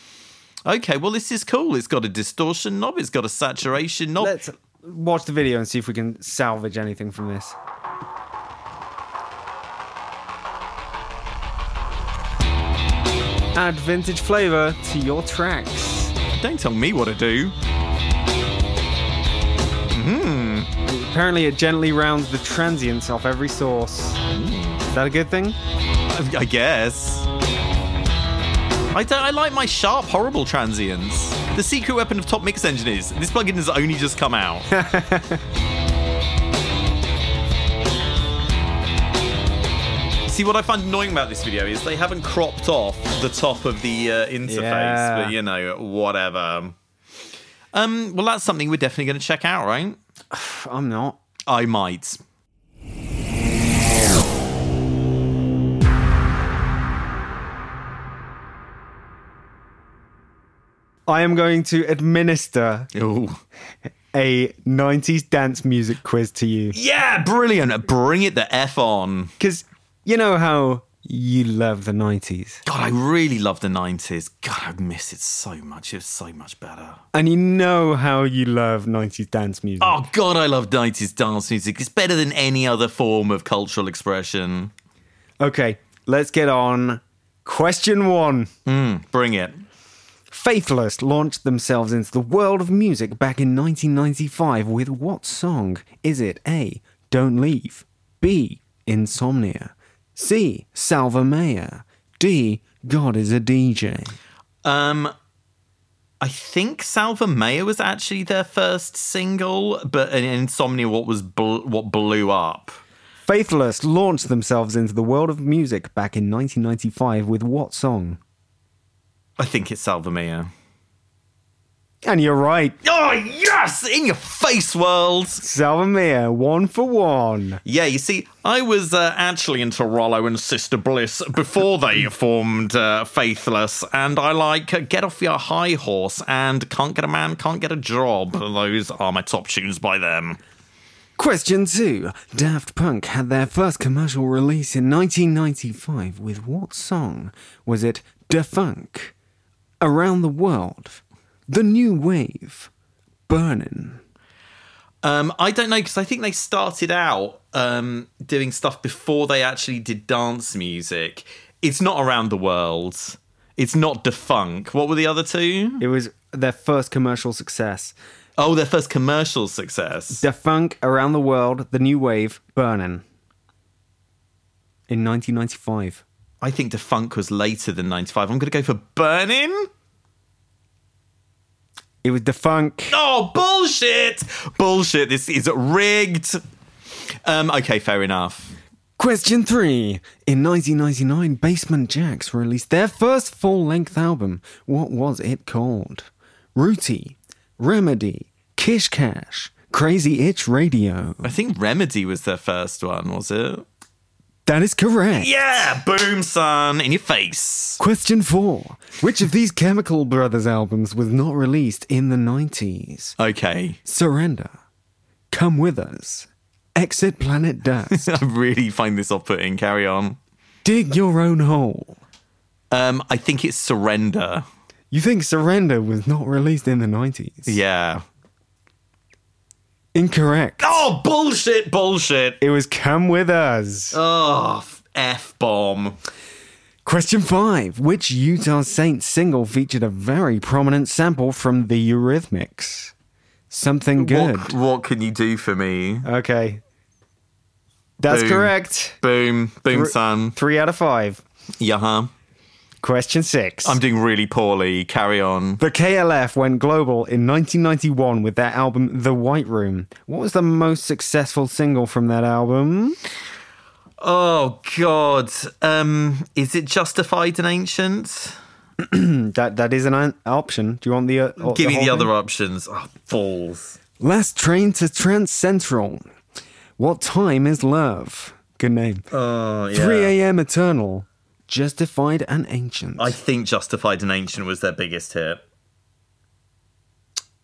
Okay, well this is cool. It's got a distortion knob. It's got a saturation knob. Let's watch the video and see if we can salvage anything from this. Add vintage flavor to your tracks. Don't tell me what to do. Apparently, it gently rounds the transients off every source. Mm. Is that a good thing? I I guess. I, don't, I like my sharp, horrible transients. The secret weapon of top mix engineers. This plugin has only just come out. See, what I find annoying about this video is they haven't cropped off the top of the uh, interface, Yeah. but you know, whatever. Um, well, that's something we're definitely going to check out, right? Pff, I'm not. I might. I am going to administer Ooh. a 90s dance music quiz to you. Yeah, brilliant. Bring it the F on. Because you know how you love the 90s. God, I really love the 90s. God, I miss it so much. It was so much better. And you know how you love 90s dance music. Oh, God, I love 90s dance music. It's better than any other form of cultural expression. Okay, let's get on. Question one. Bring it. Faithless launched themselves into the world of music back in 1995 with what song? Is it A. Don't Leave, B. Insomnia, C. Salva Maya, D. God is a DJ? Um, I think Salva Maya was actually their first single, but an Insomnia what was bl- what blew up. Faithless launched themselves into the world of music back in 1995 with what song? I think it's Salva Maya. And you're right, Oh, yes! In your face, world! Salva Maya, one for one. Yeah, you see, I was uh, actually into Rollo and Sister Bliss before they formed uh, Faithless, and I like uh, Get Off Your High Horse and Can't Get a Man, Can't Get a Job. Those are my top tunes by them. Question two Daft Punk had their first commercial release in 1995 with what song? Was it Defunk, Around the World, The New Wave, Burnin'? Um, I don't know, because I think they started out um, doing stuff before they actually did dance music. It's not around the world. It's not Defunk. What were the other two? It was their first commercial success. Oh, their first commercial success. Defunk, Around the World, The New Wave, Burnin'. In 1995. I think Defunk was later than 95. I'm going to go for Burning. It was Defunk. Oh, bullshit! Bullshit. This is rigged. Um, okay, fair enough. Question three. In 1999, Basement Jacks released their first full length album. What was it called? Rooty, Remedy, Kish Cash, Crazy Itch Radio. I think Remedy was their first one, was it? That is correct. Yeah, boom, son, in your face. Question four. Which of these Chemical Brothers albums was not released in the 90s? Okay, Surrender, Come With Us, Exit Planet Dust, I really find this off-putting. Carry on. Dig Your Own Hole. Um, I think it's Surrender. You think Surrender was not released in the 90s? Yeah, Incorrect. Oh, bullshit, bullshit. It was Come With Us. Oh, F bomb. Question five Which Utah Saints single featured a very prominent sample from the Eurythmics? Something good. What, what can you do for me? Okay. That's Boom. correct. Boom, boom, son. Three out of five. Yaha. Question six. I'm doing really poorly. Carry on. the KLF went global in 1991 with their album The White Room. What was the most successful single from that album? Oh God. Um, is it justified and ancient? That that is an an option. Do you want the uh, o- Give me whole the thing? other options. Oh, balls. Last train to Trans Central. What time is love? Good name. Oh yeah. 3 a.m. Eternal. Justified and ancient. I think Justified and Ancient was their biggest hit.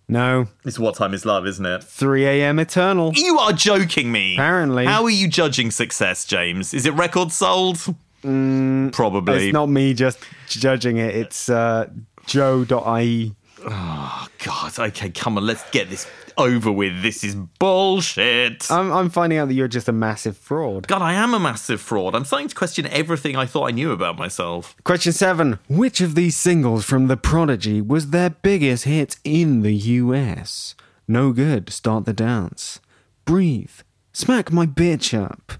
no, It's What Time Is Love, isn't it? 3 a.m. Eternal. You are joking me. Apparently. How are you judging success, James? Is it record sold? Probably. Mm, It's not me just judging it. It's uh, Joe.ie. God, okay, come on, let's get this over with. This is bullshit. I'm, I'm finding out that you're just a massive fraud. God, I am a massive fraud. I'm starting to question everything I thought I knew about myself. Question seven. Which of these singles from The Prodigy was their biggest hit in the US? No Good, Start the Dance. Breathe. Smack My Bitch Up.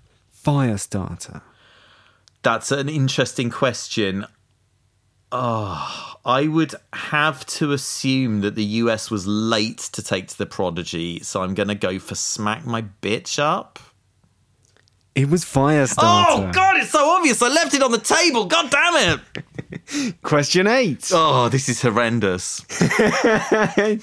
Firestarter. That's an interesting question. Oh, I would have to assume that the US was late to take to the prodigy, so I'm going to go for smack my bitch up. It was Firestarter. Oh, God, it's so obvious. I left it on the table. God damn it. Question eight. Oh, this is horrendous.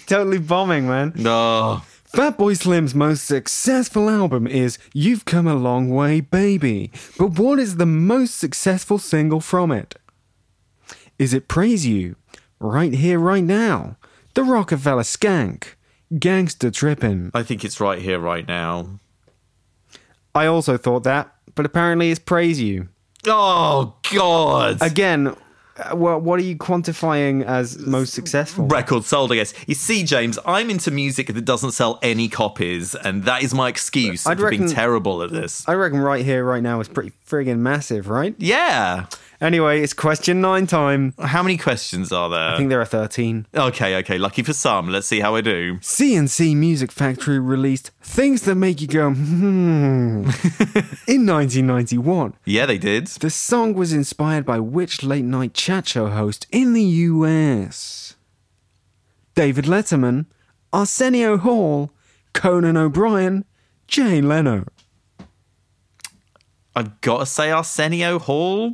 totally bombing, man. No. Fatboy Slim's most successful album is You've Come a Long Way, Baby. But what is the most successful single from it? Is it Praise You? Right Here, Right Now? The Rockefeller Skank? Gangster Trippin'? I think it's right here, right now. I also thought that, but apparently it's Praise You. Oh, God. Again, uh, wha- what are you quantifying as most successful? record sold, I guess. You see, James, I'm into music that doesn't sell any copies, and that is my excuse I'd for being reckon- terrible at this. I reckon Right Here, Right Now is pretty friggin' massive, right? yeah. Anyway, it's question nine time. How many questions are there? I think there are 13. okay, okay. Lucky for some. Let's see how I do. CNC Music Factory released Things That Make You Go Hmm in 1991. Yeah, they did. The song was inspired by which late night chat show host in the US? David Letterman, Arsenio Hall, Conan O'Brien, Jay Leno. I've got to say Arsenio Hall.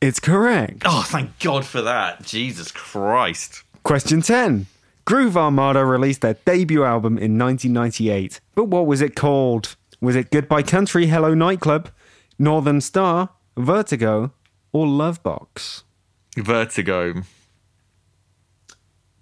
It's correct. Oh, thank God for that. Jesus Christ. Question 10. Groove Armada released their debut album in 1998, but what was it called? Was it Goodbye Country, Hello Nightclub, Northern Star, Vertigo, or Lovebox? Vertigo.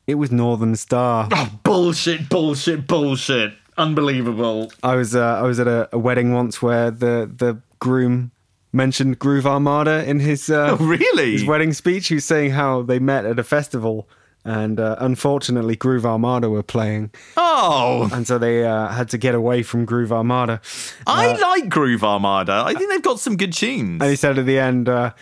It was Northern Star. Oh, bullshit, bullshit, bullshit. Unbelievable. I was uh, I was at a, a wedding once where the the groom mentioned Groove Armada in his uh, Oh, really? his wedding speech. He was saying how they met at a festival, and uh, unfortunately Groove Armada were playing, Oh, and so they uh, had to get away from Groove Armada. I like Groove Armada. I think they've got some good tunes. And he said at the end, uh,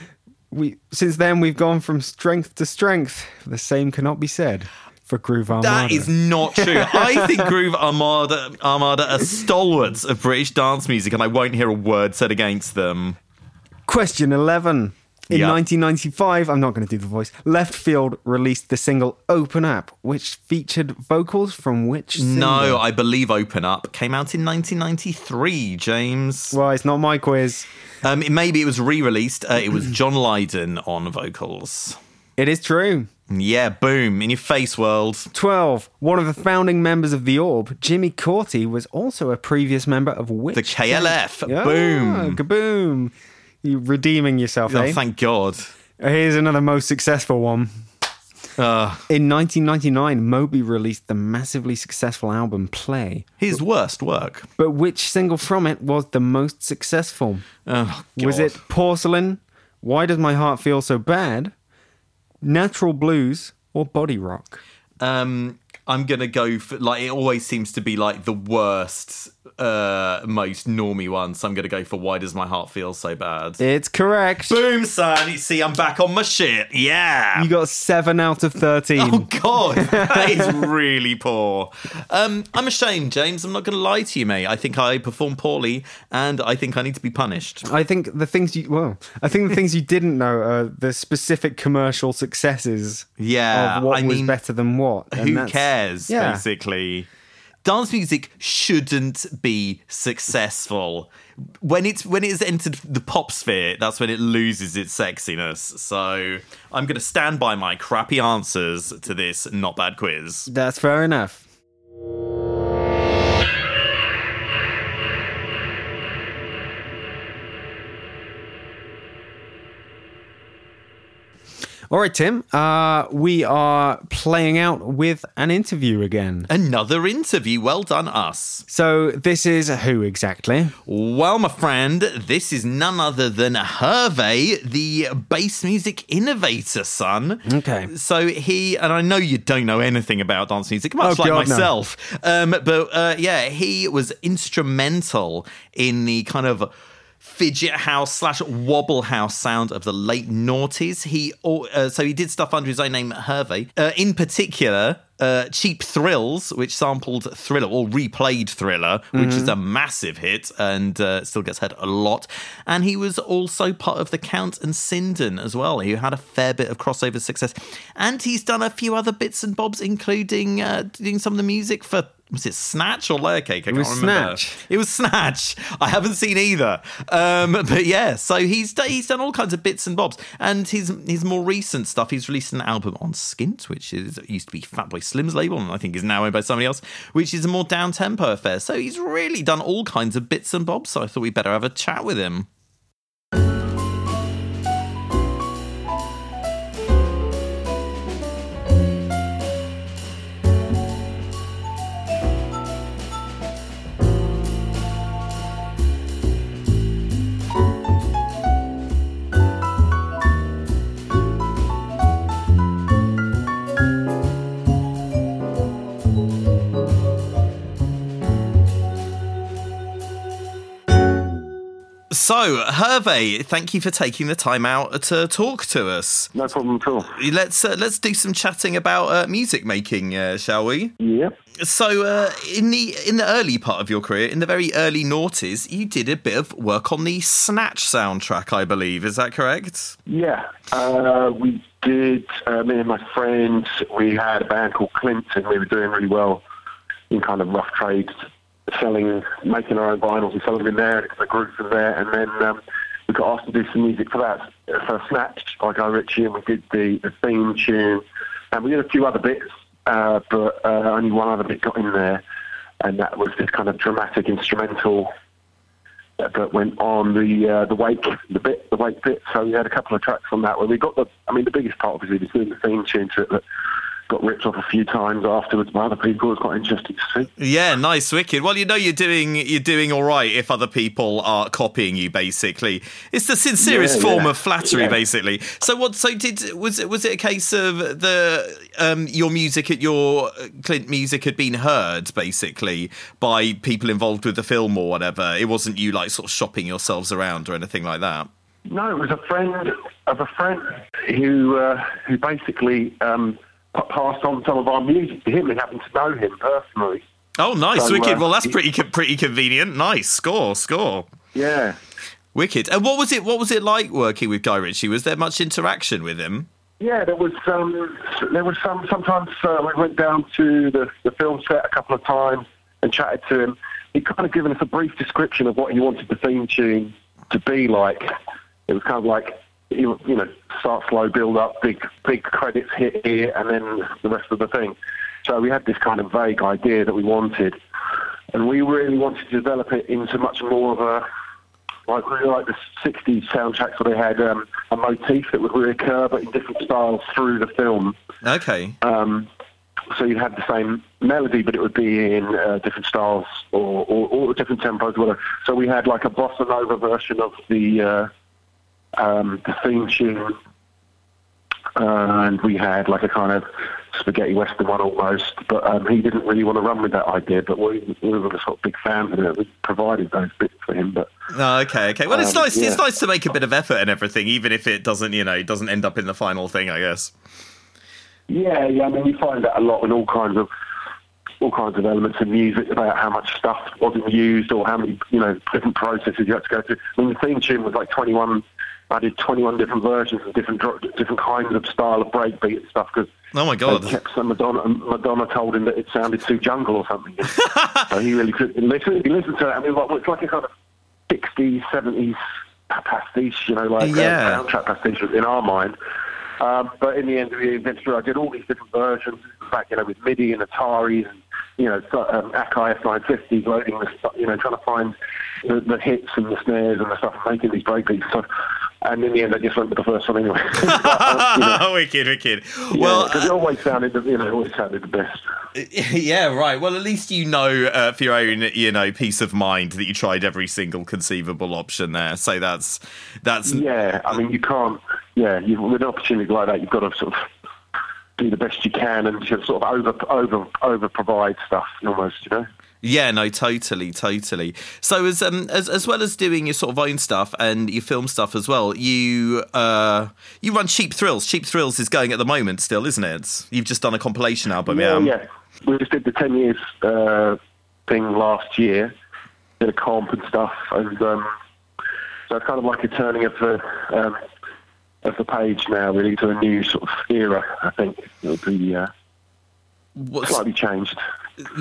"We since then we've gone from strength to strength. The same cannot be said for Groove Armada." That is not true. I think Groove Armada, Armada are stalwarts of British dance music, and I won't hear a word said against them. Question 11. In Yeah. 1995, I'm not going to do the voice. Left Field released the single Open Up, which featured vocals from which singer? No, I believe Open Up came out in 1993, James. Well, it's not my quiz. Um, it- maybe it was re released. Uh, it was John Lydon on vocals. It is true. Yeah, boom, in your face, world. 12. One of the founding members of The Orb, Jimmy Corti, was also a previous member of which? The KLF, Yeah, boom. Kaboom. You redeeming yourself, Oh, eh? thank God. Here's another most successful one. Uh, In 1999, Moby released the massively successful album Play, his worst work. but which single from it was the most successful? Oh, Was God. it Porcelain? Why Does My Heart Feel So Bad? Natural Blues or Body Rock? Um, I'm gonna go for like it always seems to be like the worst, uh, most normy one. So I'm gonna go for why does my heart feel so bad? It's correct. Boom, son. You see, I'm back on my shit. Yeah. You got seven out of thirteen. Oh God, that is really poor. Um, I'm ashamed, James. I'm not going to lie to you, mate. I think I performed poorly, and I think I need to be punished. I think the things you well, I think the things you didn't know are the specific commercial successes. Yeah, of what I was mean, better than what. and Who that's- cares? yeah. Basically, dance music shouldn't be successful. When it's when it's entered the pop sphere, that's when it loses its sexiness. So I'm going to stand by my crappy answers to this not bad quiz. That's fair enough. All right, Tim. Uh, we are playing out with an interview again. Another interview. Well done, us. So this is who exactly? Well, my friend, this is none other than Hervé, the bass music innovator, son. Okay. So he, and I know you don't know anything about dance music, much Oh, like God, no. myself, um, but uh, yeah, he was instrumental in the kind of fidget house slash wobble house sound of the late noughties. He al- uh, so he did stuff under his own name, Hervey. Uh, in particular. Uh, Cheap Thrills, which sampled Thriller or replayed Thriller, which is Mm-hmm. a massive hit and uh, still gets heard a lot. And he was also part of the Count and Sindon as well, who had a fair bit of crossover success. And he's done a few other bits and bobs, including uh, doing some of the music for was it Snatch or Layer Cake? I can't was remember. Snatch. It was Snatch. I haven't seen either. Um, but yeah, so he's d- he's done all kinds of bits and bobs, and his his more recent stuff. He's released an album on Skint, which is used to be Fatboy Slim's label, and I think is now owned by somebody else, which is a more down tempo affair. So he's really done all kinds of bits and bobs. So I thought we would better have a chat with him. So Hervé, thank you for taking the time out to talk to us. No problem at all. Let's uh, let's do some chatting about uh, music making, uh, shall we? Yep. So, uh, in the in the early part of your career, in the very early noughties, you did a bit of work on the Snatch soundtrack, I believe. Is that correct? Yeah, uh, we did. Uh, me and my friend, we had a band called Clint, and we were doing really well in kind of rough trades, selling, making our own vinyls and selling them in there. The group from there, and then um, we got asked to do some music for that for Snatched by Guy Ritchie, and we did the, the theme tune, and we did a few other bits, uh, but uh, only one other bit got in there, and that was this kind of dramatic instrumental that went on the uh, the wake the bit the wake bit. So we had a couple of tracks on that. Where we got the I mean the biggest part obviously was doing the theme tune to it that got ripped off a few times afterwards by other people. It's quite interesting to see. Yeah, nice, wicked. Well, you know you're doing you're doing all right if other people are copying you. Basically, it's the sincerest Yeah, form yeah. of flattery. Yeah. Basically. So what? So did was it was it a case of the um, your music at your Clint music had been heard basically by people involved with the film or whatever? It wasn't you like sort of shopping yourselves around or anything like that. No, it was a friend of a friend who uh, who basically um, p- passed on some of our music to him and happened to know him personally. Oh, nice, So, wicked. uh, Well, that's it- pretty co- pretty convenient. Nice, score, score, Yeah. wicked. And what was it? What was it like working with Guy Ritchie? Was there much interaction with him? Yeah, there was um, there was some. Sometimes uh, we went down to the, the film set a couple of times and chatted to him. He kind of given us a brief description of what he wanted the theme tune to be like. It was kind of like you you know start slow, build up, big big credits hit here, and then the rest of the thing. So we had this kind of vague idea that we wanted, and we really wanted to develop it into much more of a like really like the '60s soundtracks where they had um, a motif that would reoccur but in different styles through the film. Okay, Um, so you'd have the same melody, but it would be in uh, different styles or, or, or different tempos, whatever. So we had like a bossa nova version of the uh, um, the theme tune, and we had like a kind of spaghetti western one almost. But um, he didn't really want to run with that idea. But we, we were the sort of big fans of it. We provided those bits for him. But Oh, okay, okay. Well, it's Um, nice. yeah. It's nice to make a bit of effort and everything, even if it doesn't, you know, it doesn't end up in the final thing. I guess. Yeah, yeah. I mean, you find that a lot in all kinds of all kinds of elements in music about how much stuff wasn't used or how many you know different processes you had to go through. I mean, the theme tune was like 21. I did 21 different versions of different dro- different kinds of style of breakbeat and stuff because. Oh my They god. kept some Madonna, Madonna told him that it sounded too jungle or something. so he really couldn't listen. He listened to it. I mean, like, it's like a kind of 60s, 70s pastiche, you know, like Yeah. uh, soundtrack pastiche in our mind. Um, but in the end of the adventure, I did all these different versions, back, you know, with MIDI and Atari and, you know, so- um, Akai S950, loading the stuff, you know, trying to find the, the hits and the snares and the stuff, and making these breakbeats. So, and in the end, I just went with the first one anyway. But, um, you know, wicked, wicked. well, uh, Well, uh, because it always sounded, the- you know, it always sounded the best. yeah, right. Well, at least you know uh, for your own, you know, peace of mind that you tried every single conceivable option there. So that's that's Yeah, I mean, you can't. Yeah, you, with an opportunity like that, you've got to sort of do the best you can and sort of over over over provide stuff almost, you know. Yeah, no, totally, totally. So as um as as well as doing your sort of own stuff and your film stuff as well, you uh you run Cheap Thrills. Cheap Thrills is going at the moment still, isn't it? You've just done a compilation album, yeah. Um, yeah. um, We just did the ten years uh, thing last year, did a comp and stuff, and um, so it's kind of like a turning of the um, of the page now, really, to a new sort of era. I think it'll be uh, What's- slightly changed.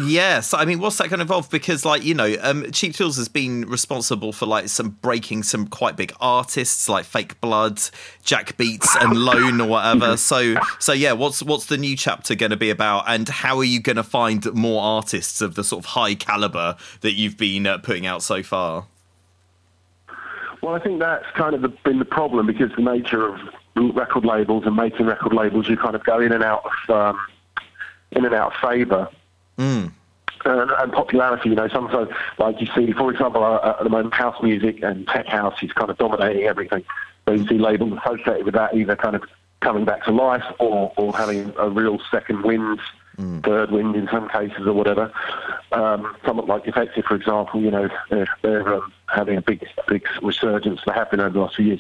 Yes, I mean, what's that going to involve? Because, like, you know, um, Cheap Thrills has been responsible for like some breaking some quite big artists like Fake Blood, Jack Beats, and Lone or whatever. So, so yeah, what's what's the new chapter going to be about, and how are you going to find more artists of the sort of high caliber that you've been uh, putting out so far? Well, I think that's kind of the, been the problem because the nature of record labels and making record labels, you kind of go in and out of um, in and out of favour. And, uh, and popularity, you know, sometimes, like you see, for example, uh, at the moment, house music and tech house is kind of dominating everything. So you see labels associated with that either kind of coming back to life or, or having a real second wind, third wind in some cases or whatever. Um, someone like Effective, for example, you know, they're, they're um, having a big, big resurgence. They have been over the last few years.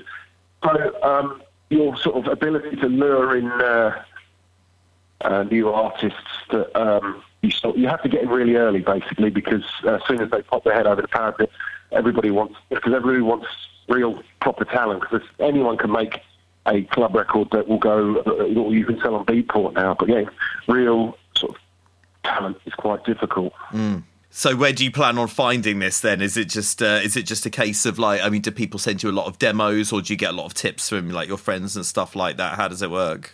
So um, your sort of ability to lure in. Uh, uh, new artists that um, you sort you have to get in really early, basically, because uh, as soon as they pop their head over the parapet, everybody wants because everybody wants real proper talent. Because anyone can make a club record that will go, uh, or you can sell on Beatport now. But yeah, real sort of talent is quite difficult. So, where do you plan on finding this? Then is it just uh, is it just a case of like, I mean, do people send you a lot of demos, or do you get a lot of tips from like your friends and stuff like that? How does it work?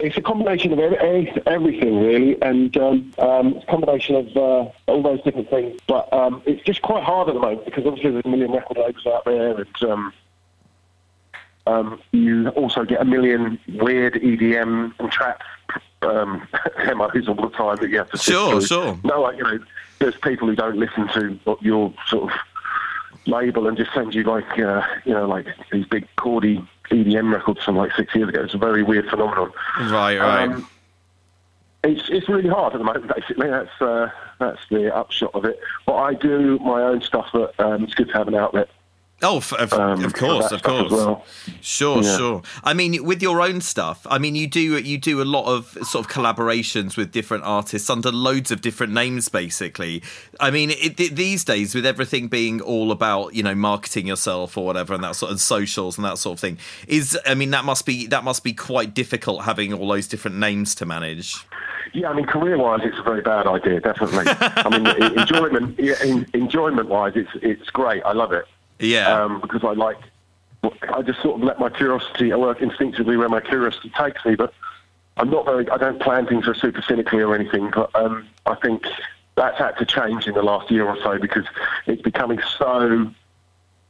it's a combination of every, every- everything really, and um, um, it's a combination of uh, all those different things. But um, it's just quite hard at the moment because obviously there's a million record labels out there, and um, um, you also get a million weird EDM and trap um, demos all the time that you have to. sift Sure, through. sure. No, like you know, there's people who don't listen to what your sort of label and just send you like uh, you know like these big cordy EDM records from like six years ago. It's a very weird phenomenon. Right, right. Um, it's it's really hard at the moment. Basically, that's uh, that's the upshot of it. But I do my own stuff, but um, it's good to have an outlet. Oh, f- of, Um, of for course, that of stuff course, as well. sure, Yeah. sure. I mean, with your own stuff, I mean, you do you do a lot of sort of collaborations with different artists under loads of different names, basically. I mean, it, th- these days, with everything being all about you know marketing yourself or whatever, and that sort of socials and that sort of thing, is I mean, that must be that must be quite difficult having all those different names to manage. Yeah, I mean, career-wise, it's a very bad idea, definitely. I mean, e- enjoyment, yeah, en- enjoyment-wise, it's it's great. I love it Yeah, um, because I like. I just sort of let my curiosity. I work instinctively where my curiosity takes me, but I'm not very. I don't plan things very super cynically or anything. But um, I think that's had to change in the last year or so because it's becoming so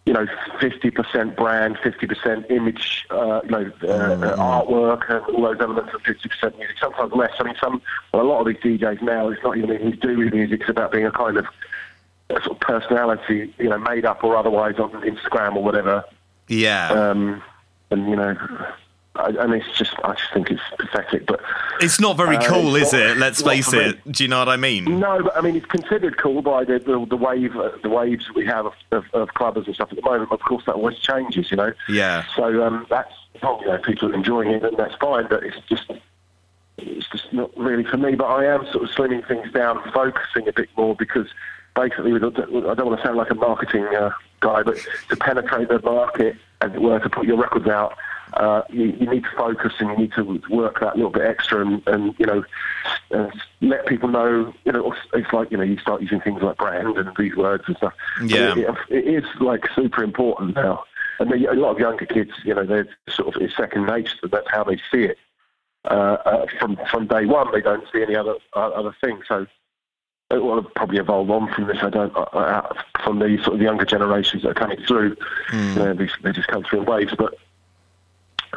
you know, 50% brand, 50% image, uh, you know, uh, uh artwork, and all those elements, and 50% music. Sometimes less. I mean, some well, a lot of these DJs now, it's not even anything to do with music. It's about being a kind of a sort of personality, you know, made up or otherwise on Instagram or whatever. yeah. Um, and you know, I, and it's just I just think it's pathetic. But It's not very Uh, cool, it's is not- it? Let's it's not face for me. it. Do you know what I mean? no, but I mean it's considered cool by the the, the wave uh, the waves that we have of, of, of clubbers and stuff at the moment. Of course, that always changes, you know. Yeah. So um, that's you know people are enjoying it and that's fine, but it's just. It's just not really for me, but I am sort of slimming things down, and focusing a bit more because basically, with- I don't want to sound like a marketing uh, guy, but to penetrate the market, as it were, to put your records out, uh, you, you need to focus and you need to work that little bit extra and, and you know, uh, let people know. You know, it's like you know, you start using things like brand and these words and stuff. But Yeah. it- it is like super important now. And the, a lot of younger kids, you know, they're sort of it's second nature. to them. That's how they see it. Uh, uh, from from day one, they don't see any other uh, other thing. So it will probably evolve on from this. I don't uh, uh, from the sort of younger generations that are coming through. You know, they, they just come through in waves, but.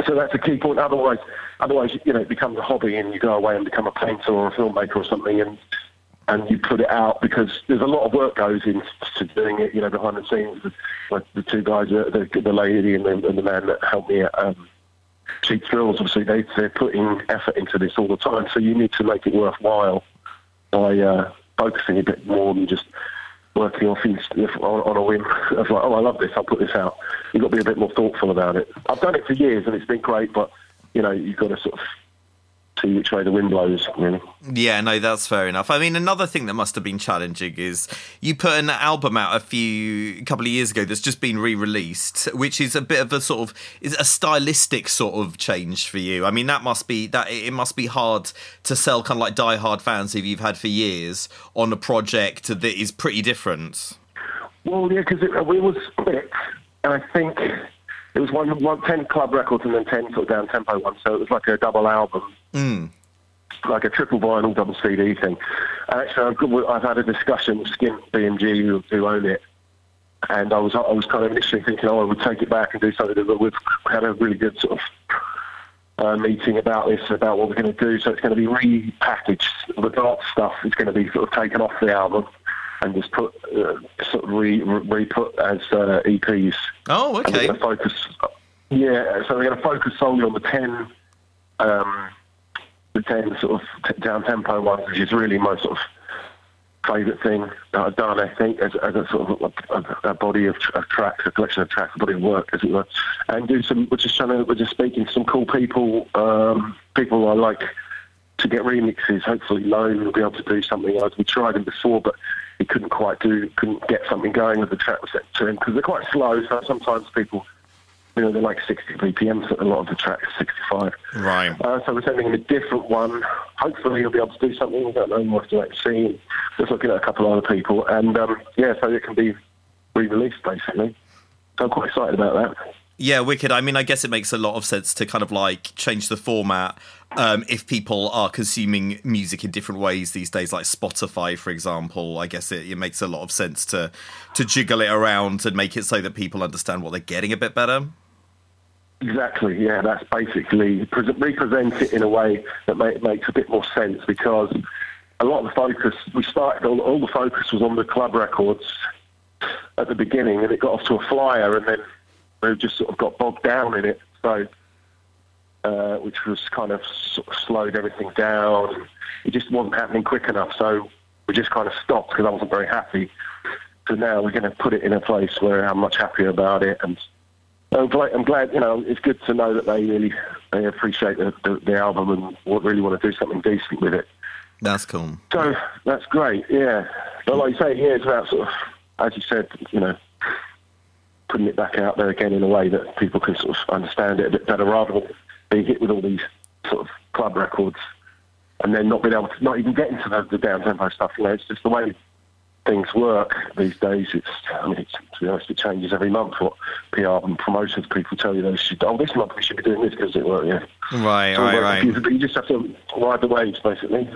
So that's a key point. Otherwise, otherwise, you know, it becomes a hobby, and you go away and become a painter or a filmmaker or something, and and you put it out because there's a lot of work goes into doing it. You know, behind the scenes, like the two guys, uh, the, the lady and the, and the man that helped me at um, Cheap Thrills, obviously they they're putting effort into this all the time. So you need to make it worthwhile by uh, focusing a bit more than just working off each, if- on, on a whim of like, oh, I love this, I'll put this out. You've got to be a bit more thoughtful about it. I've done it for years and it's been great, but you know, you've got to sort of see which way the wind blows, really. Yeah, no, that's fair enough. I mean, another thing that must have been challenging is you put an album out a few couple of years ago that's just been re-released, which is a bit of a sort of is a stylistic sort of change for you. I mean, that must be that it must be hard to sell kind of like die-hard fans who you've had for years on a project that is pretty different. Well, yeah, because it, it was split, and I think it was one, one ten club records and then ten sort of down tempo ones. So it was like a double album, like a triple vinyl, double CD thing. And actually, I've, got- I've had a discussion with Skin BMG, who, who own it, and I was I was kind of initially thinking, oh, I would take it back and do something. But we've had a really good sort of uh, meeting about this, about what we're going to do. So it's going to be repackaged. The dark stuff is going to be sort of taken off the album and just put uh, sort of re, re put as uh, EPs. Oh, And we're okay. going to focus. Yeah, so we're going to focus solely on the ten, um, the ten sort of t- down tempo ones, which is really my sort of favourite thing that I've done. I think as, as a sort of a, a, a body of, tr- of tracks, a collection of tracks, a body of work, as it were, and do some. We're just trying to. We're just speaking to some cool people, um, people I like to get remixes. Hopefully, Lone will be able to do something. Like we tried him before, but he couldn't quite do, couldn't get something going with the track we sent to him because they're quite slow. So sometimes people, you know, they're like 60 BPMs. A lot of the tracks, 65. Right. Uh, so we're sending him a different one. Hopefully, he'll be able to do something. We don't know what to actually see. Just looking at a couple of other people, and um, yeah, so it can be re-released basically. So I'm quite excited about that. Yeah, wicked. I mean, I guess it makes a lot of sense to kind of like change the format um, if people are consuming music in different ways these days, like Spotify, for example. I guess it, it makes a lot of sense to to jiggle it around and make it so that people understand what they're getting a bit better. Exactly. Yeah, that's basically pres represent it in a way that ma- makes a bit more sense because a lot of the focus we started all, all the focus was on the club records at the beginning, and it got off to a flyer, and then we just sort of got bogged down in it. So, uh, which was kind of sort of slowed everything down. It just wasn't happening quick enough. So we just kind of stopped because I wasn't very happy. So now we're going to put it in a place where I'm much happier about it and. I'm glad, Oh, I'm glad, you know, it's good to know that they really they appreciate the, the, the album and what, really want to do something decent with it. That's cool. So that's great, yeah. But like you say, yeah, it's about sort of, as you said, you know, putting it back out there again in a way that people can sort of understand it a bit better rather than being hit with all these sort of club records and then not being able to, not even get into the, the down tempo stuff. You know, it's just the way things work these days. It's, I mean, it's, to be honest, it changes every month what PR and promotions people tell you they should, oh, this month we should be doing this because it worked, yeah. Right, So, right, well, right. You, you just have to ride the waves, basically.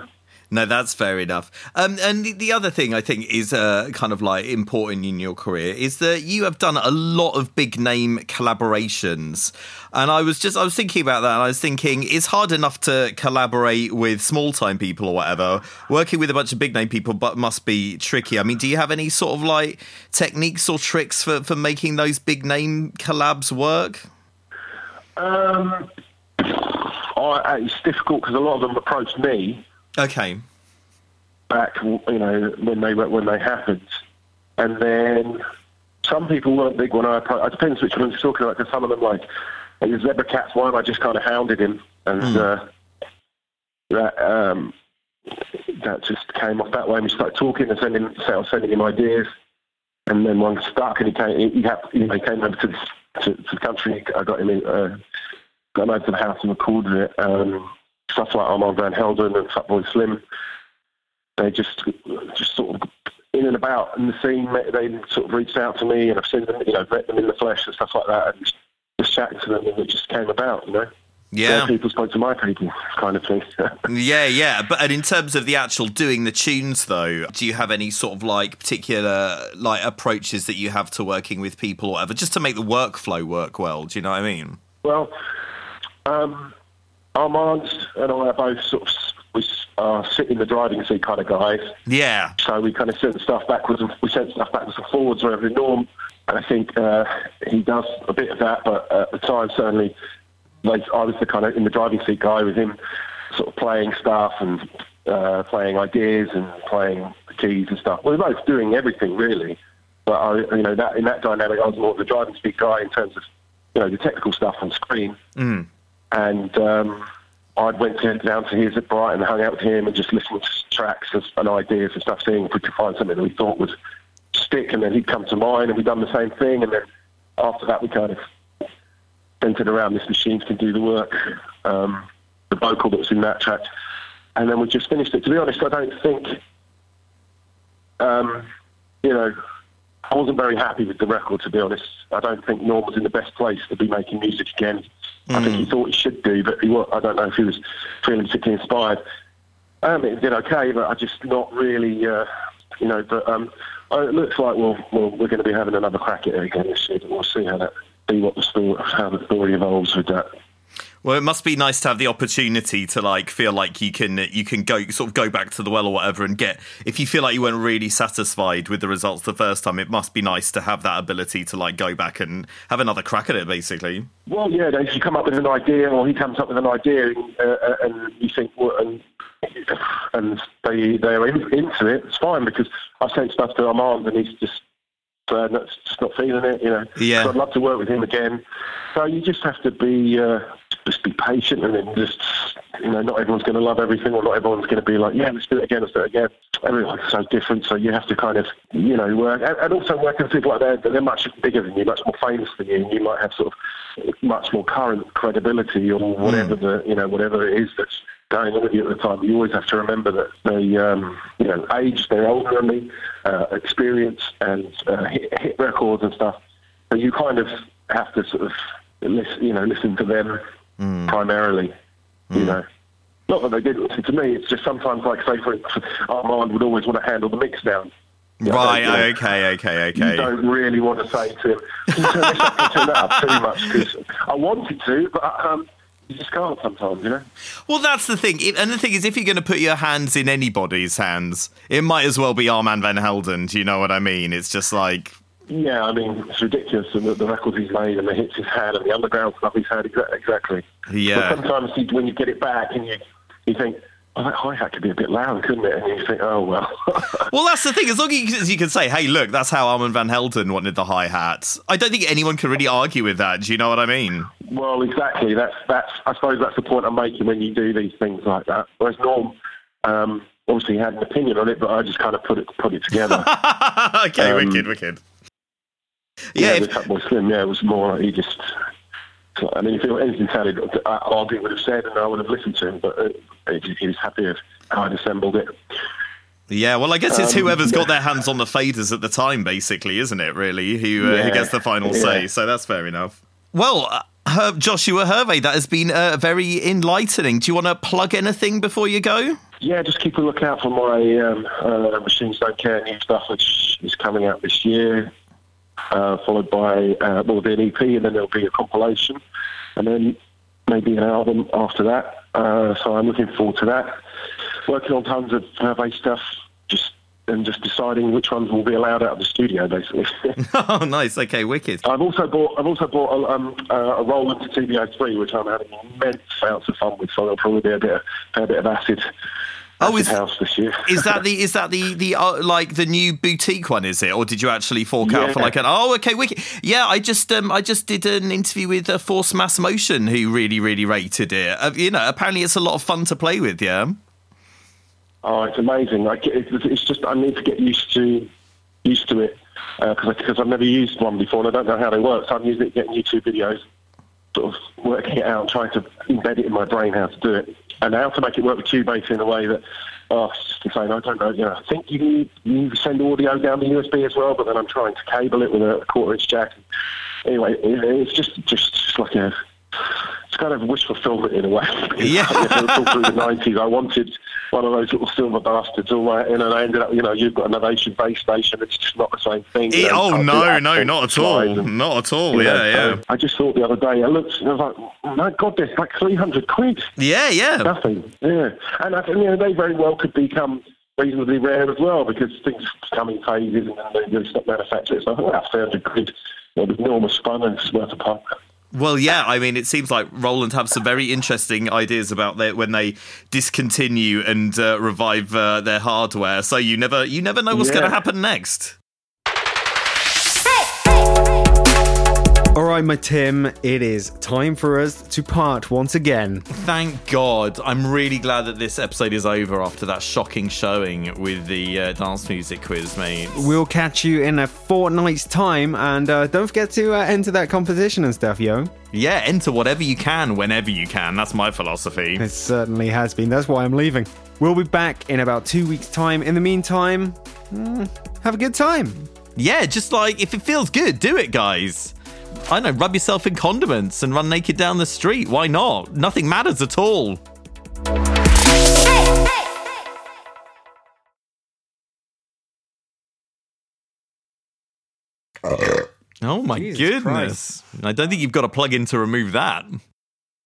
No, that's fair enough. Um, and the- the other thing I think is uh, kind of like important in your career is that you have done a lot of big name collaborations. And I was just, I was thinking about that and I was thinking it's hard enough to collaborate with small time people or whatever. Working with a bunch of big name people but must be tricky. I mean, do you have any sort of like techniques or tricks for, for making those big name collabs work? Um, I, it's difficult because a lot of them approached me Okay. back, you know, when they were- when they happened, and then some people weren't big when I approached. It depends which ones you're talking about. Because some of them, like like the zebra cats one, I just kind of hounded him, and uh, that um, that just came off that way. And we started talking and sending, so I was sending him ideas, and then one stuck, and he came. He, he, had, you know, he came over to the, to, to the country. I got him in. Uh, got him over to the house and recorded it. Um, stuff like Armand Van Helden and Fatboy Slim they just just sort of in and about in the scene. They sort of reached out to me, and I've seen them, you know, met them in the flesh and stuff like that, and just chatting to them, and it just came about, you know. Their Yeah. people spoke to my people, kind of thing. Yeah, yeah. But and in terms of the actual doing the tunes, though, do you have any sort of like particular like approaches that you have to working with people or whatever, just to make the workflow work well? Do you know what I mean? well, um, Armand and I are both sort of s- we s- are sit in the driving seat kind of guys. Yeah. So we kind of sent stuff backwards and we sent stuff backwards and forwards wherever the norm. And I think uh, he does a bit of that, but at the time certainly, like I was the kind of in the driving seat guy with him, sort of playing stuff and uh, playing ideas and playing the keys and stuff. We were both doing everything really, but I, you know, that in that dynamic, I was more of the driving seat guy in terms of you know the technical stuff on screen and um, I went to, down to his at Brighton, hung out with him, and just listened to tracks and, and ideas and stuff, seeing if we could find something that we thought would stick. And then he'd come to mine, and we'd done the same thing. And then after that, we kind of centered around this machine can do the work, um, the vocal that was in that track, and then we just finished it. To be honest, I don't think, um, you know. I wasn't very happy with the record, to be honest. I don't think Norm was in the best place to be making music again. I think he thought he should do, but he wa I don't know if he was feeling particularly inspired. Um, it did okay, but I just not really, uh, you know. But um, uh, it looks like we'll, we'll, we're going to be having another crack at it again this year. But we'll see how that, see what the story, how the story evolves with that. Well, it must be nice to have the opportunity to like feel like you can you can go sort of go back to the well or whatever and get if you feel like you weren't really satisfied with the results the first time, it must be nice to have that ability to like go back and have another crack at it basically. Well, yeah, if you come up with an idea, or he comes up with an idea, uh, uh, and you think, well, and, and they they're in, into it, it's fine because I sent stuff to Armand, and he's just uh, not, just not feeling it, you know. Yeah. So I'd love to work with him again. So you just have to be uh, just be patient, and then just you know, not everyone's going to love everything, or not everyone's going to be like, yeah, let's do it again, let's do it again. Everyone's so different, so you have to kind of you know work, and, and also working with people like that. that They're much bigger than you, much more famous than you, and you might have sort of much more current credibility or whatever the you know whatever it is that's going on with you at the time. You always have to remember that they, um, you know, age, they're older than me, uh, experience, and uh, hit, hit records and stuff. So you kind of have to sort of listen, you know, listen to them primarily. You know, not that they didn't listen to me. It's just sometimes, like say, for instance, Armand would always want to handle the mix down. You know, right, you know, okay, okay, you okay. don't really want to say to him, can you turn this up, Can you turn that up too much? Because I wanted to, but um, you just can't sometimes, you know? Well, that's the thing. If- And the thing is, if you're going to put your hands in anybody's hands, it might as well be Armand Van Helden. Do you know what I mean? It's just like, Yeah, I mean, it's ridiculous and the, the records he's made and the hits he's had and the underground stuff he's had, exa- exactly. Yeah. But sometimes you, when you get it back and you, you think, oh, that hi-hat could be a bit loud, couldn't it? And you think, oh, well. well, that's the thing. As long as you- as you can say, hey, look, that's how Armand Van Helden wanted the hi hats. I don't think anyone can really argue with that. Do you know what I mean? well, exactly. That's, that's, I suppose that's the point I'm making when you do these things like that. Whereas Norm, um, obviously had an opinion on it, but I just kind of put it, put it together. okay, Um, wicked, wicked. Yeah, the if- Fatboy Slim. Yeah, it was more like he just. so, I mean, if it were anything sounded, I arguably would have said, and I would have listened to him. But uh, he, he was happy with how I'd assembled it. yeah. Well, I guess it's um, whoever's got yeah. their hands on the faders at the time, basically, isn't it? Really, who, uh, who Yeah, gets the final yeah. say? So that's fair enough. Well, uh, Her- Joshua Hervey, that has been uh, very enlightening. Do you want to plug anything before you go? Yeah, just keep a lookout for my um, uh, Machines Don't Care new stuff, which is coming out this year. Uh, followed by uh, well, there'll be an EP, and then there'll be a compilation, and then maybe an album after that. Uh, so I'm looking forward to that. Working on tons of survey stuff, uh, just and just deciding which ones will be allowed out of the studio, basically. Oh, nice. Okay, wicked. I've also bought I've also bought a, um, uh, a roll into TBO three, which I'm having immense amounts of fun with. So there'll probably be a bit of, a bit of acid. Oh, acid is- house this year. Is that the is that the the uh, like the new boutique one? Is it, or did you actually fork out for Yeah. like an? Oh, okay, wicked. Yeah, I just um I just did an interview with uh, Force Mass Motion, who really really rated it. Uh, you know, apparently it's a lot of fun to play with. Yeah. Oh, it's amazing. Like it, it's it's just I need to get used to used to it uh, because because I've never used one before and I don't know how they work. So I'm using it getting YouTube videos, sort of working it out, and trying to embed it in my brain how to do it and how to make it work with Cubase in a way that. Oh, it's just insane. I don't know. You know, I think you need you send audio down the USB as well, but then I'm trying to cable it with a quarter-inch jack. Anyway, it, it's just, just just like a it's kind of wish fulfillment in a way. Yeah. If I recall through the nineties, I wanted one of those little silver bastards, all right, and I ended up, you know, you've got an Ovation base station. It's just not the same thing. E, you oh, know, can't do accents, slides and- not at all. you know, so I just thought the other day, I looked, and I was like, my God, there's like 300 quid. yeah, yeah. Nothing. Yeah. And I think, you know, they very well could become reasonably rare as well because things come in phases and then they stop manufacturing. So I thought, well, 300 quid, you know, enormous fun and it's worth a pop. Well, yeah. I mean, it seems like Roland have some very interesting ideas about their, when they discontinue and uh, revive uh, their hardware. So you never you never know what's Yeah. going to happen next. All right, my Tim, it is time for us to part once again. Thank God. I'm really glad that this episode is over after that shocking showing with the uh, dance music quiz, mate. We'll catch you in a fortnight's time, and uh, don't forget to uh, enter that competition and stuff, yo. Yeah, enter whatever you can whenever you can. That's my philosophy. It certainly has been. That's why I'm leaving. We'll be back in about two weeks' time. In the meantime, mm, have a good time. Yeah, just like if it feels good, do it, guys. I don't know, rub yourself in condiments and run naked down the street. Why not? Nothing matters at all. Oh my Jesus Oh goodness. I don't think you've got a plug in to remove that.